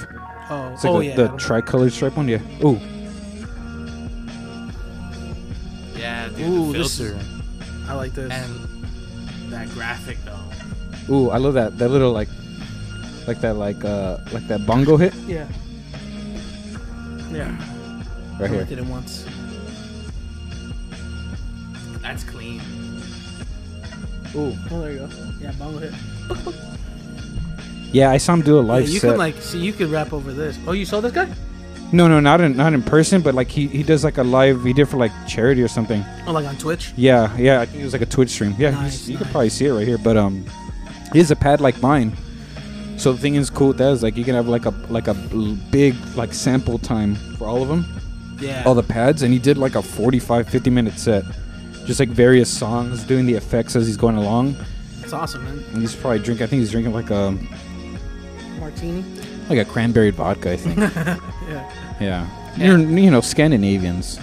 oh, It's like oh the, yeah. the tricolor stripe one. Yeah. Ooh. yeah, dude, ooh, the this is- filter I like this. and that graphic though. Ooh. I love that that little like like that like uh like that bongo hit yeah. Yeah. right I here. did it once. That's clean. Ooh. Oh, there you go. Yeah, bongo hit. Yeah, I saw him do a Yeah, live you set. can like see. You could rap over this. Oh, you saw this guy? no, no, not in not in person, but like he, he does like a live. He did for like charity or something. Oh, like on Twitch. Yeah, yeah. I think it was like a Twitch stream. Yeah, Nice, he's- you nice. can probably see it right here. But um, he has a pad like mine. So the thing is cool with that is like you can have like a like a bl- big like sample time for all of them, Yeah. all Oh, the pads, and he did like a 45, 50 minute set, just like various songs, doing the effects as he's going along. That's awesome, man. And he's probably drinking. I think he's drinking like a Martini. like a cranberry vodka. I think. Yeah. yeah. You're, you know Scandinavians.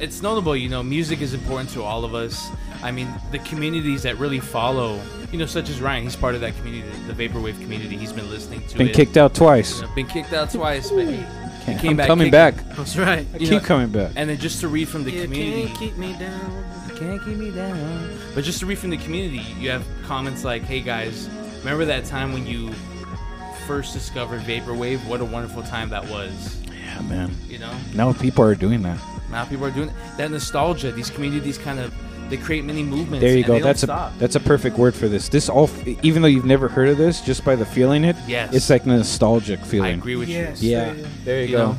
It's notable, you know, music is important to all of us. I mean, the communities that really follow, you know, such as Ryan, he's part of that community, the vaporwave community. He's been listening to Been it. kicked out twice. you know, been kicked out twice, but he, he Can't- came I'm back. coming kicking. back. That's right. I You keep know- coming back. And then just to read from the You community, can't keep me down. Can't keep me down. But just to read from the community, you have comments like, "Hey guys, remember that time when you first discovered vaporwave? What a wonderful time that was!" Yeah, man. You know, Now people are doing that. now people are doing that nostalgia. These communities kind of they create many movements. There you and go. They That's don't a stop. that's a perfect word for this. This all, f- even though you've never heard of this, just by the feeling it, Yes. it's like nostalgic I feeling. agree with Yes. you. Yeah, Yeah. there you, You go. know,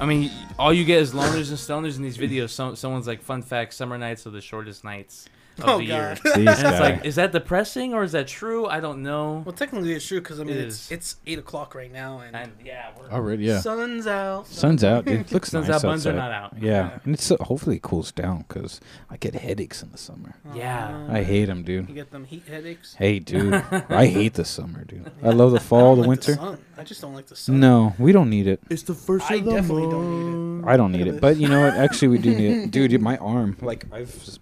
I mean, all you get is loners and stoners in these videos. Some, someone's like, "Fun fact: summer nights are the shortest nights of Oh, the year." God. These And it's guys. like, is that depressing or is that true? I don't know. Well, technically it's true because I mean It it's is. it's eight o'clock right now and, And Oh, yeah, we're, Already, yeah. sun's out. Sun's out. It looks Sun's nice out, buns are outside. not out. Yeah, and it's uh, hopefully it cools down because I get headaches in the summer. yeah. I hate them, You dude. get them heat headaches. Hey, dude. I hate the summer, dude. I love the fall, I don't the like winter. The sun. I just don't like the sun. no, we don't need it. It's the first I definitely don't need I don't need Look at it, but you know what? Actually, we do need it, dude. My arm, like I've s-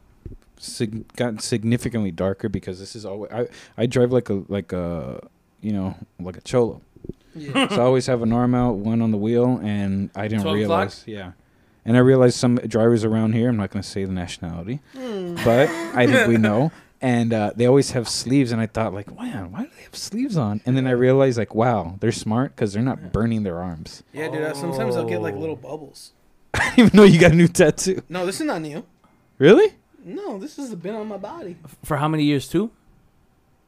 sig- gotten significantly darker because this is always I I drive like a like a you know like a cholo, it. Yeah. so I always have an arm out, one on the wheel, and I didn't 12 o'clock? realize, yeah. And I realized some drivers around here. I'm not going to say the nationality, but I think we know. And uh, they always have sleeves, and I thought like, wow, why do they have sleeves on? And then I realized like, wow, they're smart because they're not burning their arms. yeah, dude. I, sometimes I'll get like Oh. little bubbles. I didn't even know you got a new tattoo. No, this is not new. Really? No, this has been on my body. For how many years, too?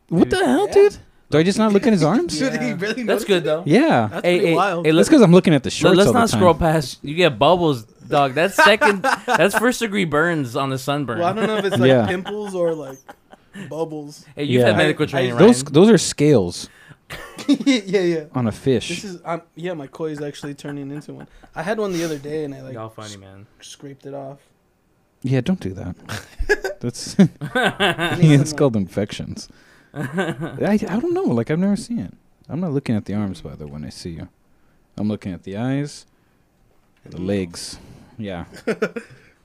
What the hell, Yeah. dude? Do I just not look at his arms? Did he really That's notice good, it? though. yeah. That's Hey, pretty hey, wild. hey, That's let's, because I'm looking at the let- shorts. let's all the not time. scroll past. You get bubbles, dog. That's second. that's first degree burns on the sunburn. well, I don't know if it's like Yeah. pimples or like bubbles. hey, you've had Yeah. medical I- training, right? Those those are scales yeah, yeah. on a This fish. is um, yeah. My koi is actually turning into one. I had one the other day and I like Y'all funny, man. scraped it off. Yeah, don't do that. That's I need it's some, called infections. I I don't know. Like I've never seen it. I'm not looking at the arms by the way, when I see you. I'm looking at the eyes, the legs. Yeah.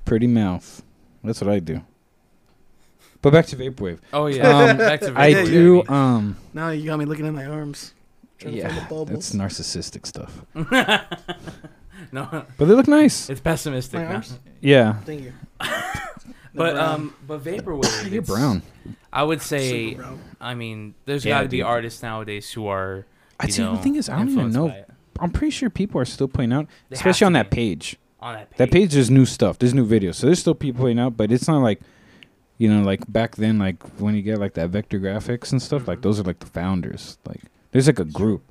Pretty mouth. That's what I do. But back to vaporwave. Oh yeah, Um, back to I vape, do. baby. Um, Now you got me looking at my arms. Trying to find yeah, the bubbles. that's narcissistic stuff. no, But they look nice. it's pessimistic. My no. arms? Yeah. Thank you. But um, but vaporwave. You're it's- brown. I would say. Super brown. I mean, there's Yeah, got to be dude. artists nowadays who are. I you see. know, The thing is, I don't even influenced know. by it. I'm pretty sure people are still putting out, They have to especially on that be. page. on that page. That page is new stuff. There's new videos, so there's still people putting out, but it's not like, you know, like back then, like when you get like that vector graphics and stuff. Like Mhm. those are like the founders. Like there's like a group.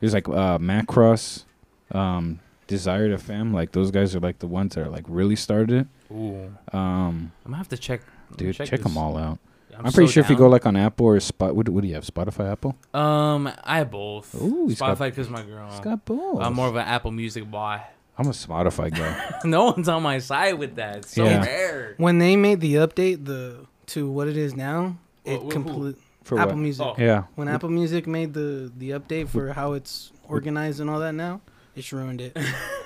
There's like uh, Macross, um, Desire to Fam. Like those guys are like the ones that are like really started Ooh, I'm it. Um, gonna have to check. dude, check, this. them all out. I'm, so pretty sure if you go down. like on Apple or Spot, what, do- what do you have? Spotify, Apple. um, I have both. Ooh, he's got- Spotify because my girl. It's got both. Uh, I'm more of an Apple Music boy. I'm a Spotify guy. no one's on my side with that. It's so Yeah. rare. When they made the update the to what it is now, Wha- it wha- who? complete For Apple what? Music. Oh. Yeah. When Apple Music made the the update for how it's organized and all that now, it's ruined it.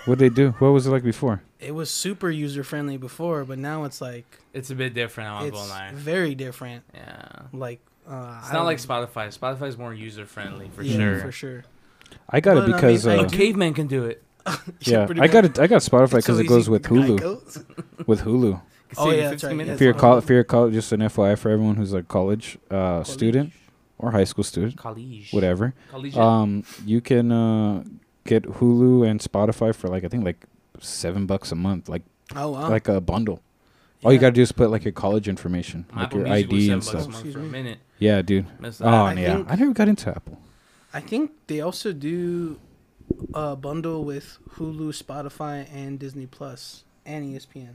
What they do? What was it like before? it was super user friendly before, but now it's like It's a bit different. I'm not it's gonna lie. very different. Yeah, Like uh, it's I not like don't- Spotify. Spotify's more user friendly for yeah, sure. for sure. I got But, I it mean, because I uh, A caveman can do it. Yeah, pretty I much. got it. I got Spotify It's so because it easy. goes with Can I Hulu. go? With Hulu, Can Oh, save you yeah, oh, that's 15 right. minutes. That's if you're a what col- I- if you're a college, just an FYI for everyone who's a college uh, student or high school student, college, whatever. College. Um, you can uh, get Hulu and Spotify for like I think like seven bucks a month, like Oh wow. like a bundle. All you Yeah. gotta do is put like your college information, My like Apple your Music was ID seven and bucks a stuff. month Excuse for a me. minute. Yeah, dude. Missed Oh, that. I and yeah. think- I never got into Apple. I think they also do a bundle with Hulu, Spotify, and Disney Plus and E ESPN.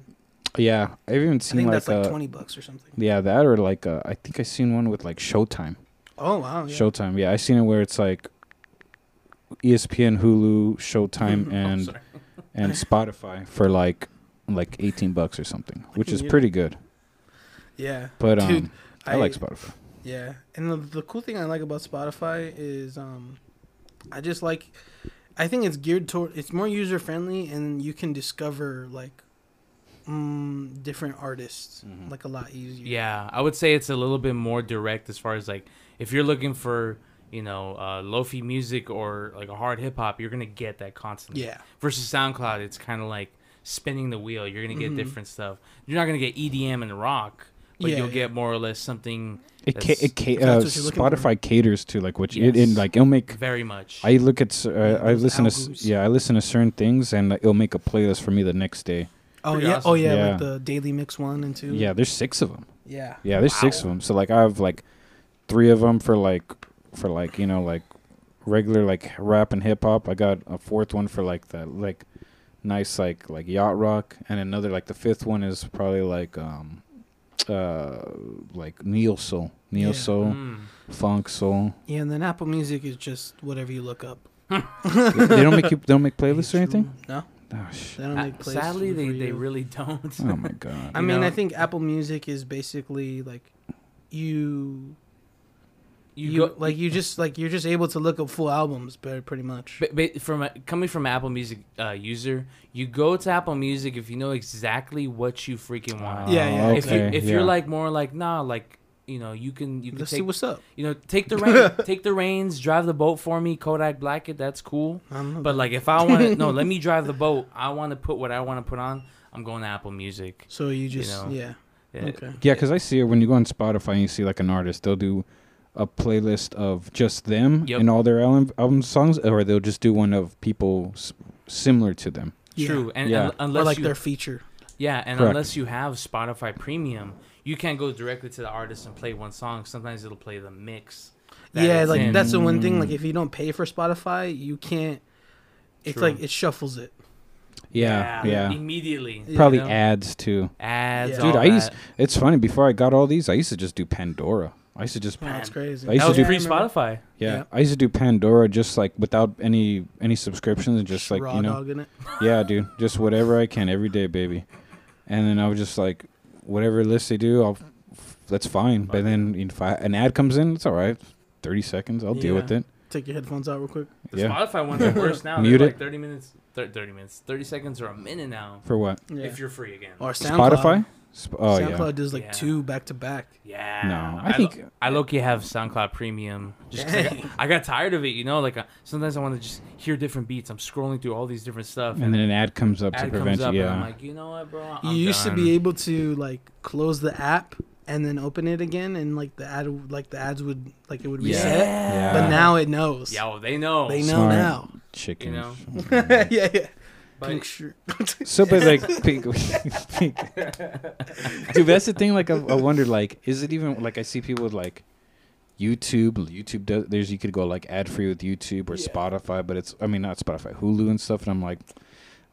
Yeah, I've even I seen think like, that's like uh, twenty bucks or something. yeah that or like uh, I think I seen one with like Showtime. Oh wow. Yeah. Showtime. Yeah, I seen it where it's like E ESPN, Hulu, Showtime, Oh, I'm and sorry. and Spotify for like like eighteen bucks or something, which is Yeah. pretty good. yeah. But um, Dude, I, like Spotify. Yeah, and the, the cool thing I like about Spotify is, um, I just like, I think it's geared toward it's more user friendly, and you can discover like, mm, different artists Mhm. like a lot easier. Yeah, I would say it's a little bit more direct as far as like if you're looking for you know uh, lofi music or like a hard hip hop, you're gonna get that constantly. yeah, Versus SoundCloud, it's kind of like spinning the wheel. You're gonna get Mhm. different stuff. You're not gonna get EDM and rock, but Yeah, you'll yeah. get more or less something It ca- That's- it ca- If that's uh, what you're looking for. Spotify caters to like what you it, Yes. and like it'll make. very much. I look at cer- uh, I those listen to s- algos. yeah I listen to certain things and like, it'll make a playlist for me the next day. oh Pretty yeah, awesome. oh yeah, Yeah. like the Daily Mix one and two. Yeah, there's six of them. yeah, Yeah, there's six of Wow. them. So like I have like three of them for like for like you know like regular like rap and hip hop. I got a fourth one for like that like nice like like yacht rock, and another like the fifth one is probably like um uh like neo soul, neo Yeah. soul, Mm. funk soul. yeah. And then Apple Music is just whatever you look up. they don't make you they don't make playlists or anything. No, Oh, sh- they don't make Uh, plays Sadly, for they, they you. really don't. oh my god. I you mean, I know- think Apple Music is basically like you you, you- go like you just like you're just able to look up full albums, but pretty much. Ba- ba- from a, coming from an Apple Music uh, user, you go to Apple Music if you know exactly what you freaking want. Yeah, yeah, if you okay, if yeah. you're like more like nah, like you know you can you can Let's see take what's up. you know take the rein, take the reins, drive the boat for me, Kodak Black it, that's cool. I don't know. But like if I want to no, let me drive the boat. I want to put what I want to put on. I'm going to Apple Music. so you just know. yeah Yeah. okay Yeah, because I see it when you go on Spotify and you see like an artist, they'll do a playlist of just them Yep. and all their album, album songs, or they'll just do one of people s- similar to them. Yeah. True, and, Yeah. un- or unless like you their feature. Yeah, and Correct. unless you have Spotify Premium, you can't go directly to the artist and play one song. Sometimes it'll play the mix. that Yeah, it's like in. that's the one thing. Like Mm. if you don't pay for Spotify, you can't. It's True. like it shuffles it. Yeah, yeah. Immedially, Yeah. Probably you know? ads too. ads. Yeah. all Dude, I used- that. It's funny. Before I got all these, I used to just do Pandora. I used to just Oh, that's Man. crazy. I used that to was do- pre Spotify. yeah, Yeah. I used to do Pandora just like without any any subscriptions and just like raw you know dog in it. yeah, dude, just whatever I can every day, baby. And then I was just like, whatever list they do, I'll that's fine. But then if I, an ad comes in, it's all right. Thirty seconds, I'll deal with Yeah. it. Take your headphones out real quick. The Yeah. Spotify ones are worse now. Mute They're it. like 30 minutes, thir- 30 minutes, 30 seconds or a minute now For what? Yeah. if you're free again. or Spotify? Sp- oh SoundCloud yeah. does like Yeah. two back to back. Yeah. No, I lo- think- I low key have SoundCloud Premium. Just 'cause I, got, I got tired of it, you know. Like uh, sometimes I want to just hear different beats. I'm scrolling through all these different stuff, And then an ad comes up to ad prevent comes up, you. and I'm Yeah. like, you know what, bro? You I'm used to done." be able to like close the app and then open it again, and like the ad, like the ads would like it would Yeah. reset. Yeah. But now it knows. yeah, well, they know. they know Smart. now. Chicken. know. yeah, yeah. Pink But shirt. So, but like, pink, pink. dude, that's the thing. Like, I, I wonder, like, is it even like I see people with like YouTube? YouTube does. There's you could go like ad free with YouTube or Yeah. Spotify, but it's I mean not Spotify, Hulu and stuff. And I'm like,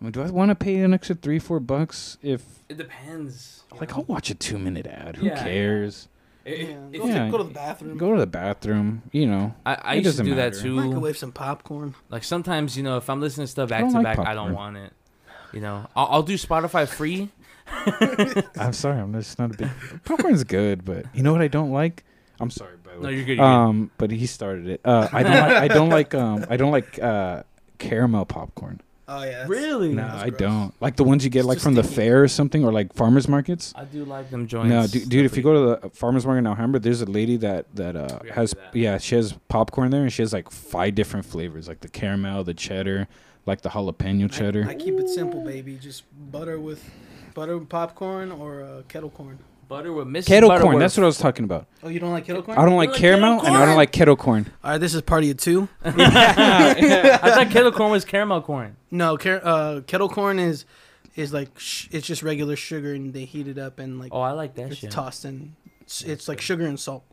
I mean, do I want to pay an extra three, four bucks if it depends. you like know? I'll watch a two minute ad? Who Yeah, yeah. cares? I- I- oh, Yeah, if- go, Yeah. to, go to the bathroom. Go to the bathroom, you know. I, I It used to doesn't do that matter. too. Microwave some popcorn. Like sometimes, you know, if I'm listening to stuff back I don't to like back, I don't popcorn. want it. You know, I'll, I'll do Spotify free. I'm sorry, I'm just not a big popcorn's good, but you know what I don't like? I'm sorry, by the way. No, you're good. You're good. Um, but he started it. Uh, I don't. Like, I don't like. Um, I don't like uh, caramel popcorn. Oh yeah. that's- really? No, that's I gross. don't like the ones you get It's like too from the sticky. fair or something, or like farmers markets. I do like them joints. No, dude, dude if Definitely. you go to the uh, farmers market in Alhambra, there's a lady that that uh, We gotta has do that. yeah, she has popcorn there, and she has like five different flavors, like the caramel, the cheddar, like the jalapeno I- cheddar. I, keep it simple, baby. Just butter with butter with popcorn or uh, kettle corn. butter with Mrs. kettle corn. Butterworth. That's what I was talking about. Oh, you don't like kettle corn? I don't You like like caramel, kettle and I don't corn? like kettle corn. All right, this is party of two. I thought kettle corn was caramel corn. No, car- uh, kettle corn is is like sh- it's just regular sugar and they heat it up and like Oh, I like that it's shit. tossed in. It's, it's like sugar and salt.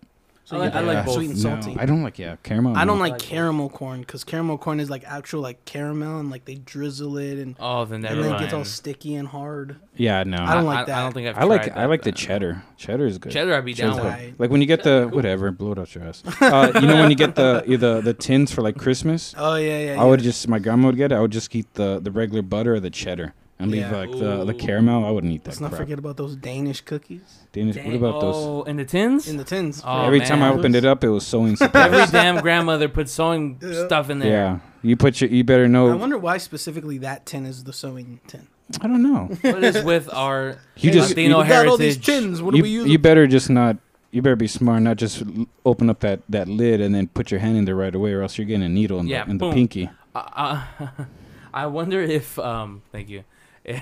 So I you like- get I like that both. sweet and salty. No, I don't like yeah caramel. I no. don't like like both. caramel corn because caramel corn is like actual like caramel and like they drizzle it and, Oh, then never and then it mind. gets all sticky and hard. Yeah, no. I don't like I, that. don't think I've I like tried I like the that. cheddar. Cheddar is good. Cheddar, I'd be down Cheddar. with. Right. Like when you get the whatever, blow it out your ass. Uh, you know when you get the you- the the tins for like Christmas, Oh yeah, yeah. I would yeah. just my grandma would get it. I would just eat the the regular butter or the cheddar and leave Yeah. like the the Ooh. caramel. I wouldn't eat that Let's not crap. forget about those Danish cookies Danish. What about those? Oh, in the tins? in the tins. Oh, Every man. time I opened it up, it was so insipid. Every damn grandmother put sewing Yeah. stuff in there. yeah, you put your. You better know. I I, wonder why specifically that tin is the sewing tin. don't know. What is with our Hey, You just Latino you, know, we got all these heritage. tins. What you, do we use? you better just not. You better be smart, not just l- open up that, that lid and then put your hand in there right away, or else you're getting a needle in, Yeah, the, in the boom. pinky. I, I- I wonder if um thank you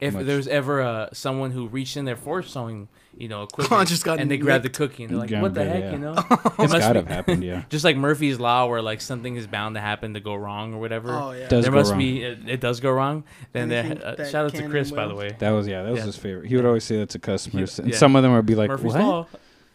if Much. there's ever uh, someone who reached in there for sewing you know I equipment just got and they grabbed the cookie and they're like Yeah, what the but heck yeah. you know It's must gotta be- have happened, yeah. just like Murphy's law where like something is bound to happen to go wrong or whatever Oh yeah. Does there go must wrong. be it, it does go wrong then there, Anything uh, that shout out can to and Chris by will. the way That was yeah. That was Yeah. his favorite. He would always say that to customers, and yeah. some of them would be like, Murphy's "What? law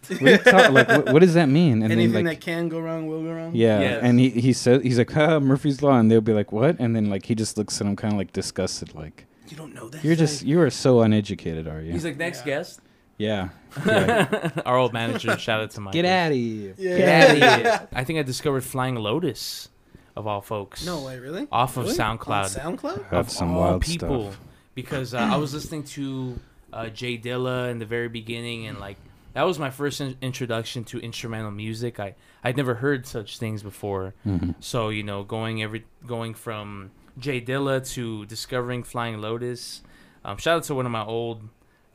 What are you talking- like, what, what does that mean?" And Anything then like, that can go wrong will go wrong. yeah. Yes. And he he said he's like, "Ah, Murphy's law," and they'll be like, "What?" And then like he just looks at him kind of like disgusted, like, You don't know that. "You're just you are so uneducated, are you?" he's like next Yeah. guest yeah. Yeah. our old manager shout out to Mike Get out of here. Yeah. get out of here I think I discovered Flying Lotus of all folks No way, really? off of Really? On SoundCloud SoundCloud? That's of some all wild people stuff. because uh, I was listening to uh, Jay Dilla in the very beginning, and like that was my first in- introduction to instrumental music. I I'd never heard such things before, Mhm. so you know, going every going from Jay Dilla to discovering Flying Lotus. Um, shout out to one of my old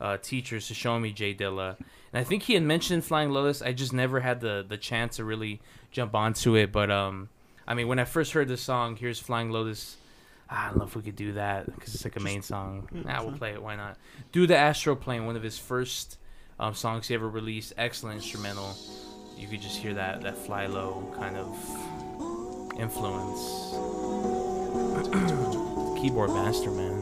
uh, teachers to show me Jay Dilla, and I think he had mentioned Flying Lotus. I just never had the the chance to really jump onto it, but um, I mean, when I first heard the song, here's Flying Lotus. I don't know if we could do that because it's like a main song. Yeah, Nah, we'll fine. play it. Why not? Do the Astro Plane, one of his first um, songs he ever released. Excellent instrumental. You could just hear that that fly low kind of influence. Keyboard master, man.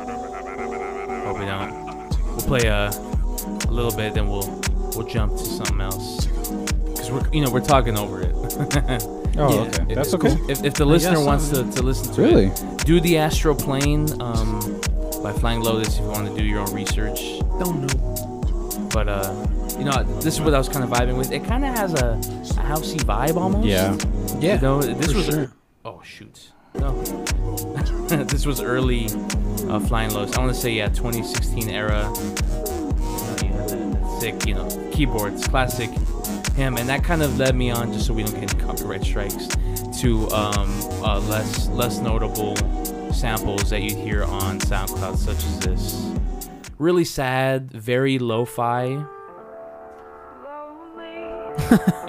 Hope we don't. We'll play uh, a little bit, then we'll we'll jump to something else because we're you know we're talking over it. Oh, Yeah. okay. If- That's okay. If, if the listener guess wants so. to, to listen to Really? it, do the Astro Plane um, by Flying Lotus if you want to do your own research. Don't know. But uh, you know, this is what I was kind of vibing with. It kind of has a, a housey vibe almost. Yeah. You know, this for was. sure. Oh shoot. No. this was early uh, Flying Lotus. I want to say yeah, 2016 era. No, you have that. That's- classic, you know, keyboards, classic him, and that kind of led me on just so we don't get any copyright strikes to um, uh, less less notable samples that you hear on SoundCloud, such as this. Really sad, very lo-fi. you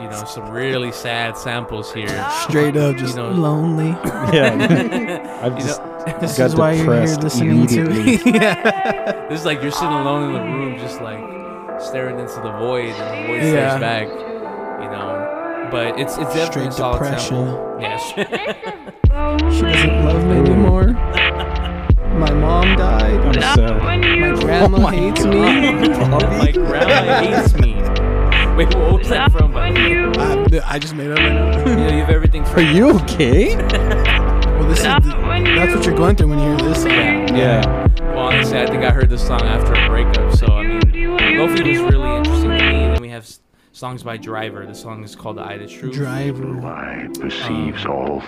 know, some really sad samples here. Straight up, just You know- lonely. Yeah. I've You just This got is why you're here depressed listening to immediately. it. yeah. This is like you're sitting alone in the room, just like staring into the void, and the void Yeah. stares back. You know, but it's it's definitely a Straight solid depression. sample. Yeah, She doesn't love me anymore. My mom died. I'm sad. My grandma hates me. like grandma hates me. Wait, what was that from? by the way? I, I just made up. right now. You know, you have everything. Are From you okay? Well, this is the, that's what you're going through when you hear this. Yeah. Well, honestly, I think I heard this song after a breakup, so I mean, Lofi was really interesting to me. And then we have s- songs by Driver. The song is called "I the Truth." Driver. I perceives all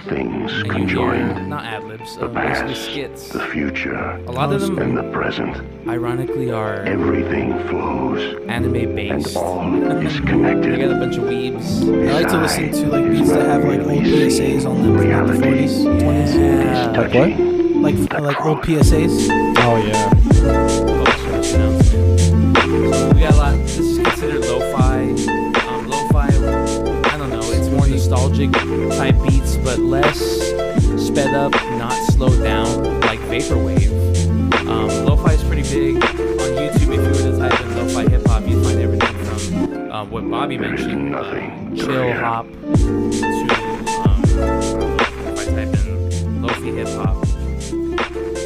And things you hear conjoined, not ad libs, the um, basically past, skits. the future, A lot of and them, the present. ironically, are Everything flows, anime and based. all is You got a connected. bunch of weebs. I like to listen to like beats that have like old PSAs on them, like the 40s, 20s, Like what? like like old PSAs. Oh yeah. Close, you know. So we got a lot. This is considered lo-fi. Um, lo-fi. I don't know. It's more nostalgic type beats, but less sped up, not slowed down like vaporwave. Um, lo-fi is pretty big on YouTube. If you were to type in lo-fi hip hop, you'd find everything from uh, what Bobby There is mentioned, uh, nothing to chill fear. hop, to um, if I type in lo-fi hip hop.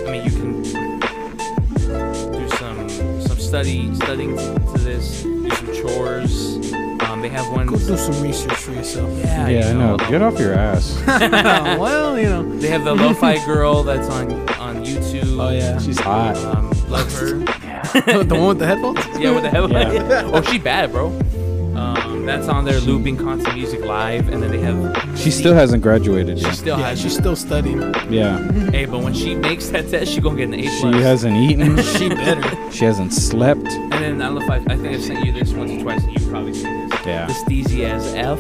I mean, you can do some some study studying to this, do some chores. Um, they have one. Go do some research for yourself. Yeah, Yeah, I you know. um, Get off your ass. well, you know. They have the lo-fi girl that's on on YouTube. Oh yeah. She's hot. Um, love her. the one with the headphones. yeah, with the headlight. Yeah. oh, she bad, bro. Um, that's on there looping concert music live, and then they have. She still hasn't graduated She yet. still Yeah, has. she's still studying. Yeah. hey, but when she makes that test, she gonna get an A She plus. hasn't eaten. She better. She hasn't slept. And then I don't know if I, I think I've sent you this once or twice, and you've probably seen this. Yeah. This DZ as F.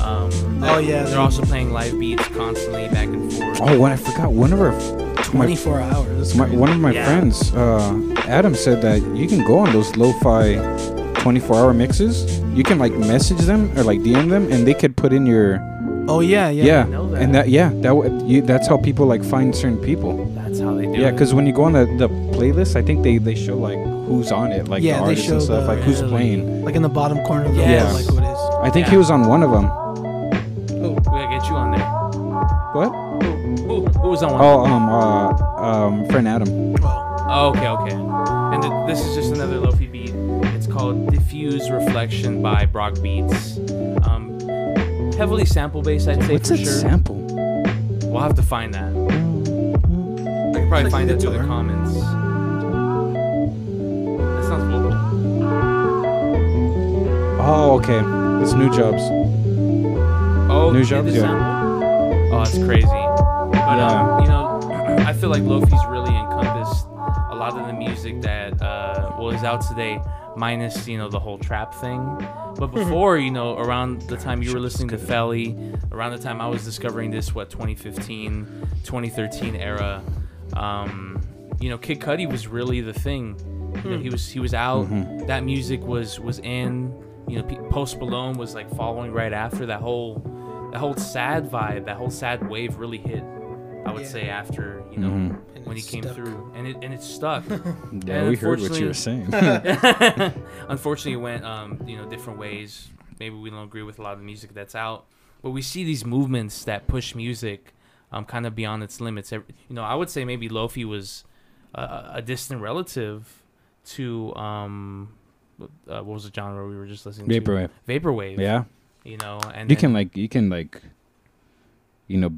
Um, Oh, yeah. They're also playing live beats constantly back and forth. Oh, when I forgot one of her, my, 24 hours. my one of my Yeah. friends, uh, Adam said that you can go on those lo-fi 24-hour mixes. You can like message them or like DM them, and they could put in your Oh yeah, yeah. yeah, know that. and that yeah that w- you, that's how people like find certain people. That's how they do Yeah, it. because when you go on the, the playlist, I think they, they show like who's on it, like the Yeah, they artists and show stuff, the- like who's Really? playing. Like in the bottom corner of the Yes. wall, like what is. I think Yeah. he was on one of them. we gotta get you on there. What? Who, who was on one? Oh, um, uh, um, friend Adam. Well, Oh, okay, okay. And th- this is just another Lofi beat. It's called Diffuse Reflection by Brock Beats. Um, heavily sample based, I'd say What's for that sure. sample? we'll have to find that. I can probably Like find the it through the guitar. comments. That sounds vocal. Oh, okay. It's new jobs. Oh, New they did jobs, yeah. sample? Oh, it's crazy. But um, you know, I feel like Lofi's really encompassed a lot of the music that uh, well is out today, minus you know the whole trap thing. But before, you know, around the time you were listening to Felly, around the time I was discovering this, what 2015, 2013 era, um, you know, Kid Cudi was really the thing. You know, he was he was out. That music was was in. You know, pe- Post Malone was like following right after that whole that whole sad vibe, that whole sad wave really hit. I would Yeah. say after you know And when he it came stuck. through, and it and it stuck. Yeah, And Mm-hmm. we heard what unfortunately- you were saying. Unfortunately, it went um, you know different ways. Maybe we don't agree with a lot of the music that's out, but we see these movements that push music um, kind of beyond its limits. Ev- You know, I would say maybe Lofi was uh, a distant relative to um, uh, what was the genre we were just listening Vaporwave. to? Vaporwave. Yeah, You know, and you then- can like you can like, you know,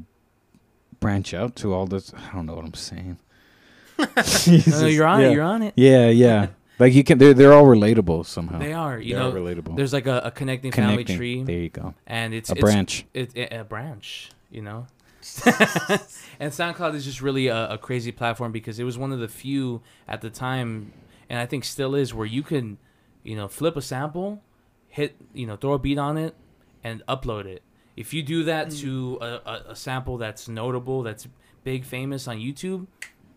branch out to all this. I don't know what I'm saying. No, no, Jesus. you're on yeah. it. You're on it. Yeah, yeah. Like you can. They're they're all relatable somehow. They are. You They're all know, relatable. there's like a, a connecting, Connecting. family There tree, you go. and it's A it's- branch. it, it- a branch, you know. and SoundCloud is just really a, a crazy platform because it was one of the few at the time, and I think still is, where you can you know, flip a sample, hit, you know, throw a beat on it, and upload it. If you do that to a, a, a sample that's notable, that's big, famous on YouTube,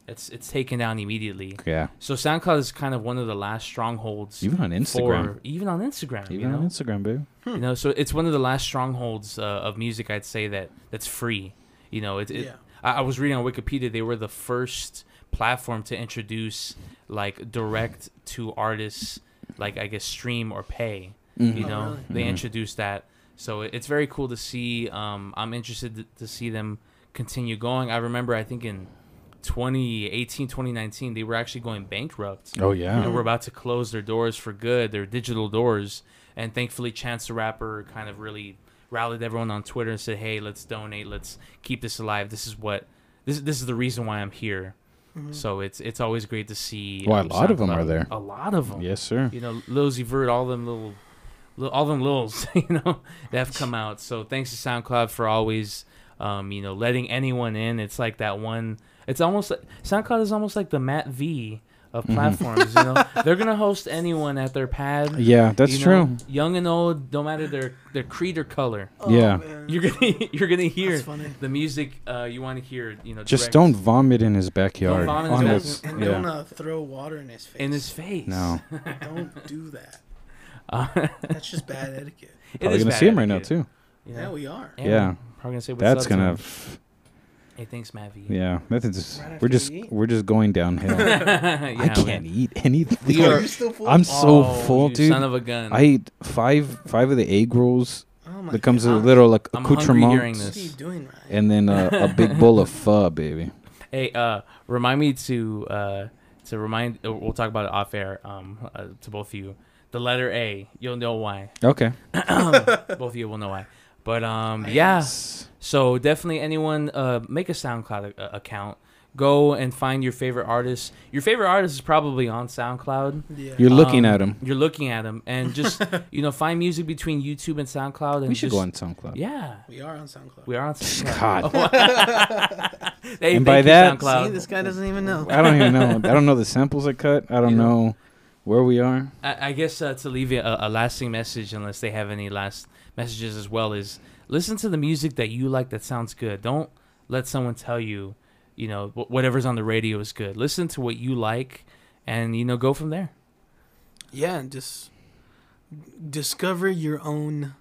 it's it's taken down immediately. Yeah. So SoundCloud is kind of one of the last strongholds. Even on Instagram. for- even on Instagram, you Even know, on Instagram, babe. Hmm. you know, so it's one of the last strongholds uh, of music. I'd say that that's free. You know, it. it Yeah. I, I was reading on Wikipedia they were the first platform to introduce like direct to artists, like I guess stream or pay. You Oh, know, really? they Mhm. introduced that, so it- it's very cool to see. Um, I'm interested to, to see them continue going. I remember I think in 2018, 2019 they were actually going bankrupt Oh yeah. and were about to close their doors for good, their digital doors. And thankfully, Chance the Rapper kind of really rallied everyone on Twitter and said, "Hey, let's donate. Let's keep this alive. This is what this this is the reason why I'm here." So it's it's always great to see. Well, a um, lot of 'em SoundCloud. Oh. are there. A lot of them. Yes, sir. You know, Lil Z Vert, all them little, li- all them lils, you know, that have come out. So thanks to SoundCloud for always, um, you know, letting anyone in. It's like that one. It's almost like SoundCloud is almost like the Matt V of Mm-hmm. platforms. you know, they're gonna host anyone at their pad. Yeah, that's you know, true. young and old, no matter their their creed or color, Oh, Yeah. you're gonna you're gonna hear That's funny. the music uh, you want to hear. You know, Just direct don't vomit in his backyard. vomit in on his his- and don't yeah. uh, throw water in his face. in his face. No. don't do that. Uh, That's just bad etiquette. it Probably is Oh, gonna bad see him right now etiquette, too. you Yeah, know? we are. And Yeah. Probably gonna say what's That's up to gonna. him. Hey, thanks, Matt V. Yeah. That's just, Right after we're just we eat? we're just going downhill. Yeah, I man. can't eat anything. We Are are- you still full? I'm so Oh, full, you dude. Son of a gun. I ate five five of the egg rolls oh my that comes with a God. little like I'm hungry hearing accoutrement, What are you this. doing, Ryan? and then uh, a big bowl of pho, baby. hey, uh, remind me to uh, to remind. uh, We'll talk about it off air. Um, uh, to both of you, the letter A. You'll know why. Okay. both of you will know why. But um, yeah. So definitely, anyone uh, make a SoundCloud a- account. Go and find your favorite artist. Your favorite artist is probably on SoundCloud. Yeah. You're looking Um, at him. You're looking at him, and just you know, find music between YouTube and SoundCloud. And We should just, go on SoundCloud. Yeah, we are on SoundCloud. we are on SoundCloud. God, Hey, thank And by you, that- SoundCloud. See, this guy doesn't even know. I don't even know. I don't know the samples I cut. I don't You know- know where we are. I, I guess uh, to leave you a, a lasting message, unless they have any last messages as well, is listen to the music that you like that sounds good. Don't let someone tell you, you know, wh- whatever's on the radio is good. Listen to what you like, and you know, go from there. Yeah, and just discover your own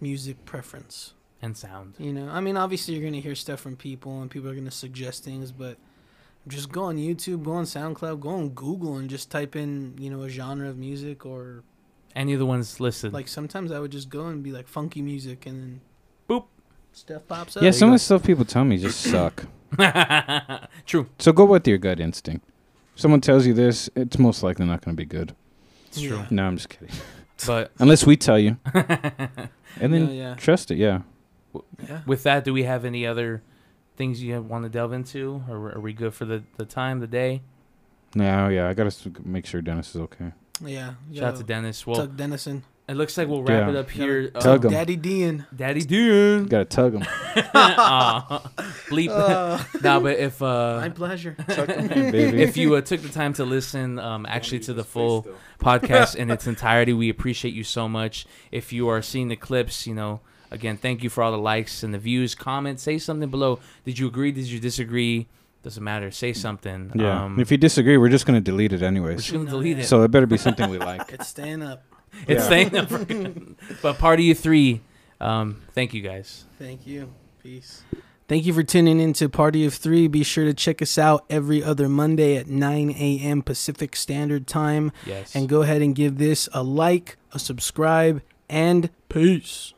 music preference. And sound. You know, I mean, obviously you're gonna hear stuff from people, and people are gonna suggest things, but just go on YouTube, go on SoundCloud, go on Google, and just type in you know a genre of music, or Any of the ones listed. like sometimes I would just go and be like funky music, and then Boop. stuff pops up. Yeah, you some go. of the stuff people tell me just suck. True. So go with your gut instinct. Someone tells you this, it's most likely not going to be good. It's true. Yeah. No, I'm just kidding. But Unless we tell you, and then No, yeah, trust it. Yeah. yeah. with that, do we have any other things you want to delve into? Or are we good for the, the time, the day? No, yeah. I gotta s- make sure Dennis is okay. Yeah, Shout out yo, to Dennis. Well, Tuck Dennison, it looks like we'll wrap Yeah. it up here. Tug Um, him. Daddy Dean. Daddy Dune. Gotta tug him. Aw. Bleep. Uh, nah, but if my uh, pleasure. baby. if you uh, took the time to listen, um, actually to the full podcast in its entirety, we appreciate you so much. If you are seeing the clips, you know, again, thank you for all the likes and the views. Comment, say something below. Did you agree? Did you disagree? Doesn't matter. Say something. Yeah. Um, if you disagree, we're just gonna delete it we're just anyways. gonna delete it. So it better be something we like. It's staying up. it's Yeah. saying that we're gonna- But party of three. Um, thank you guys. Thank you. Peace. Thank you for tuning in to Party of Three. Be sure to check us out every other Monday at 9 a.m. Pacific Standard Time. Yes. And go ahead and give this a like, a subscribe, and peace.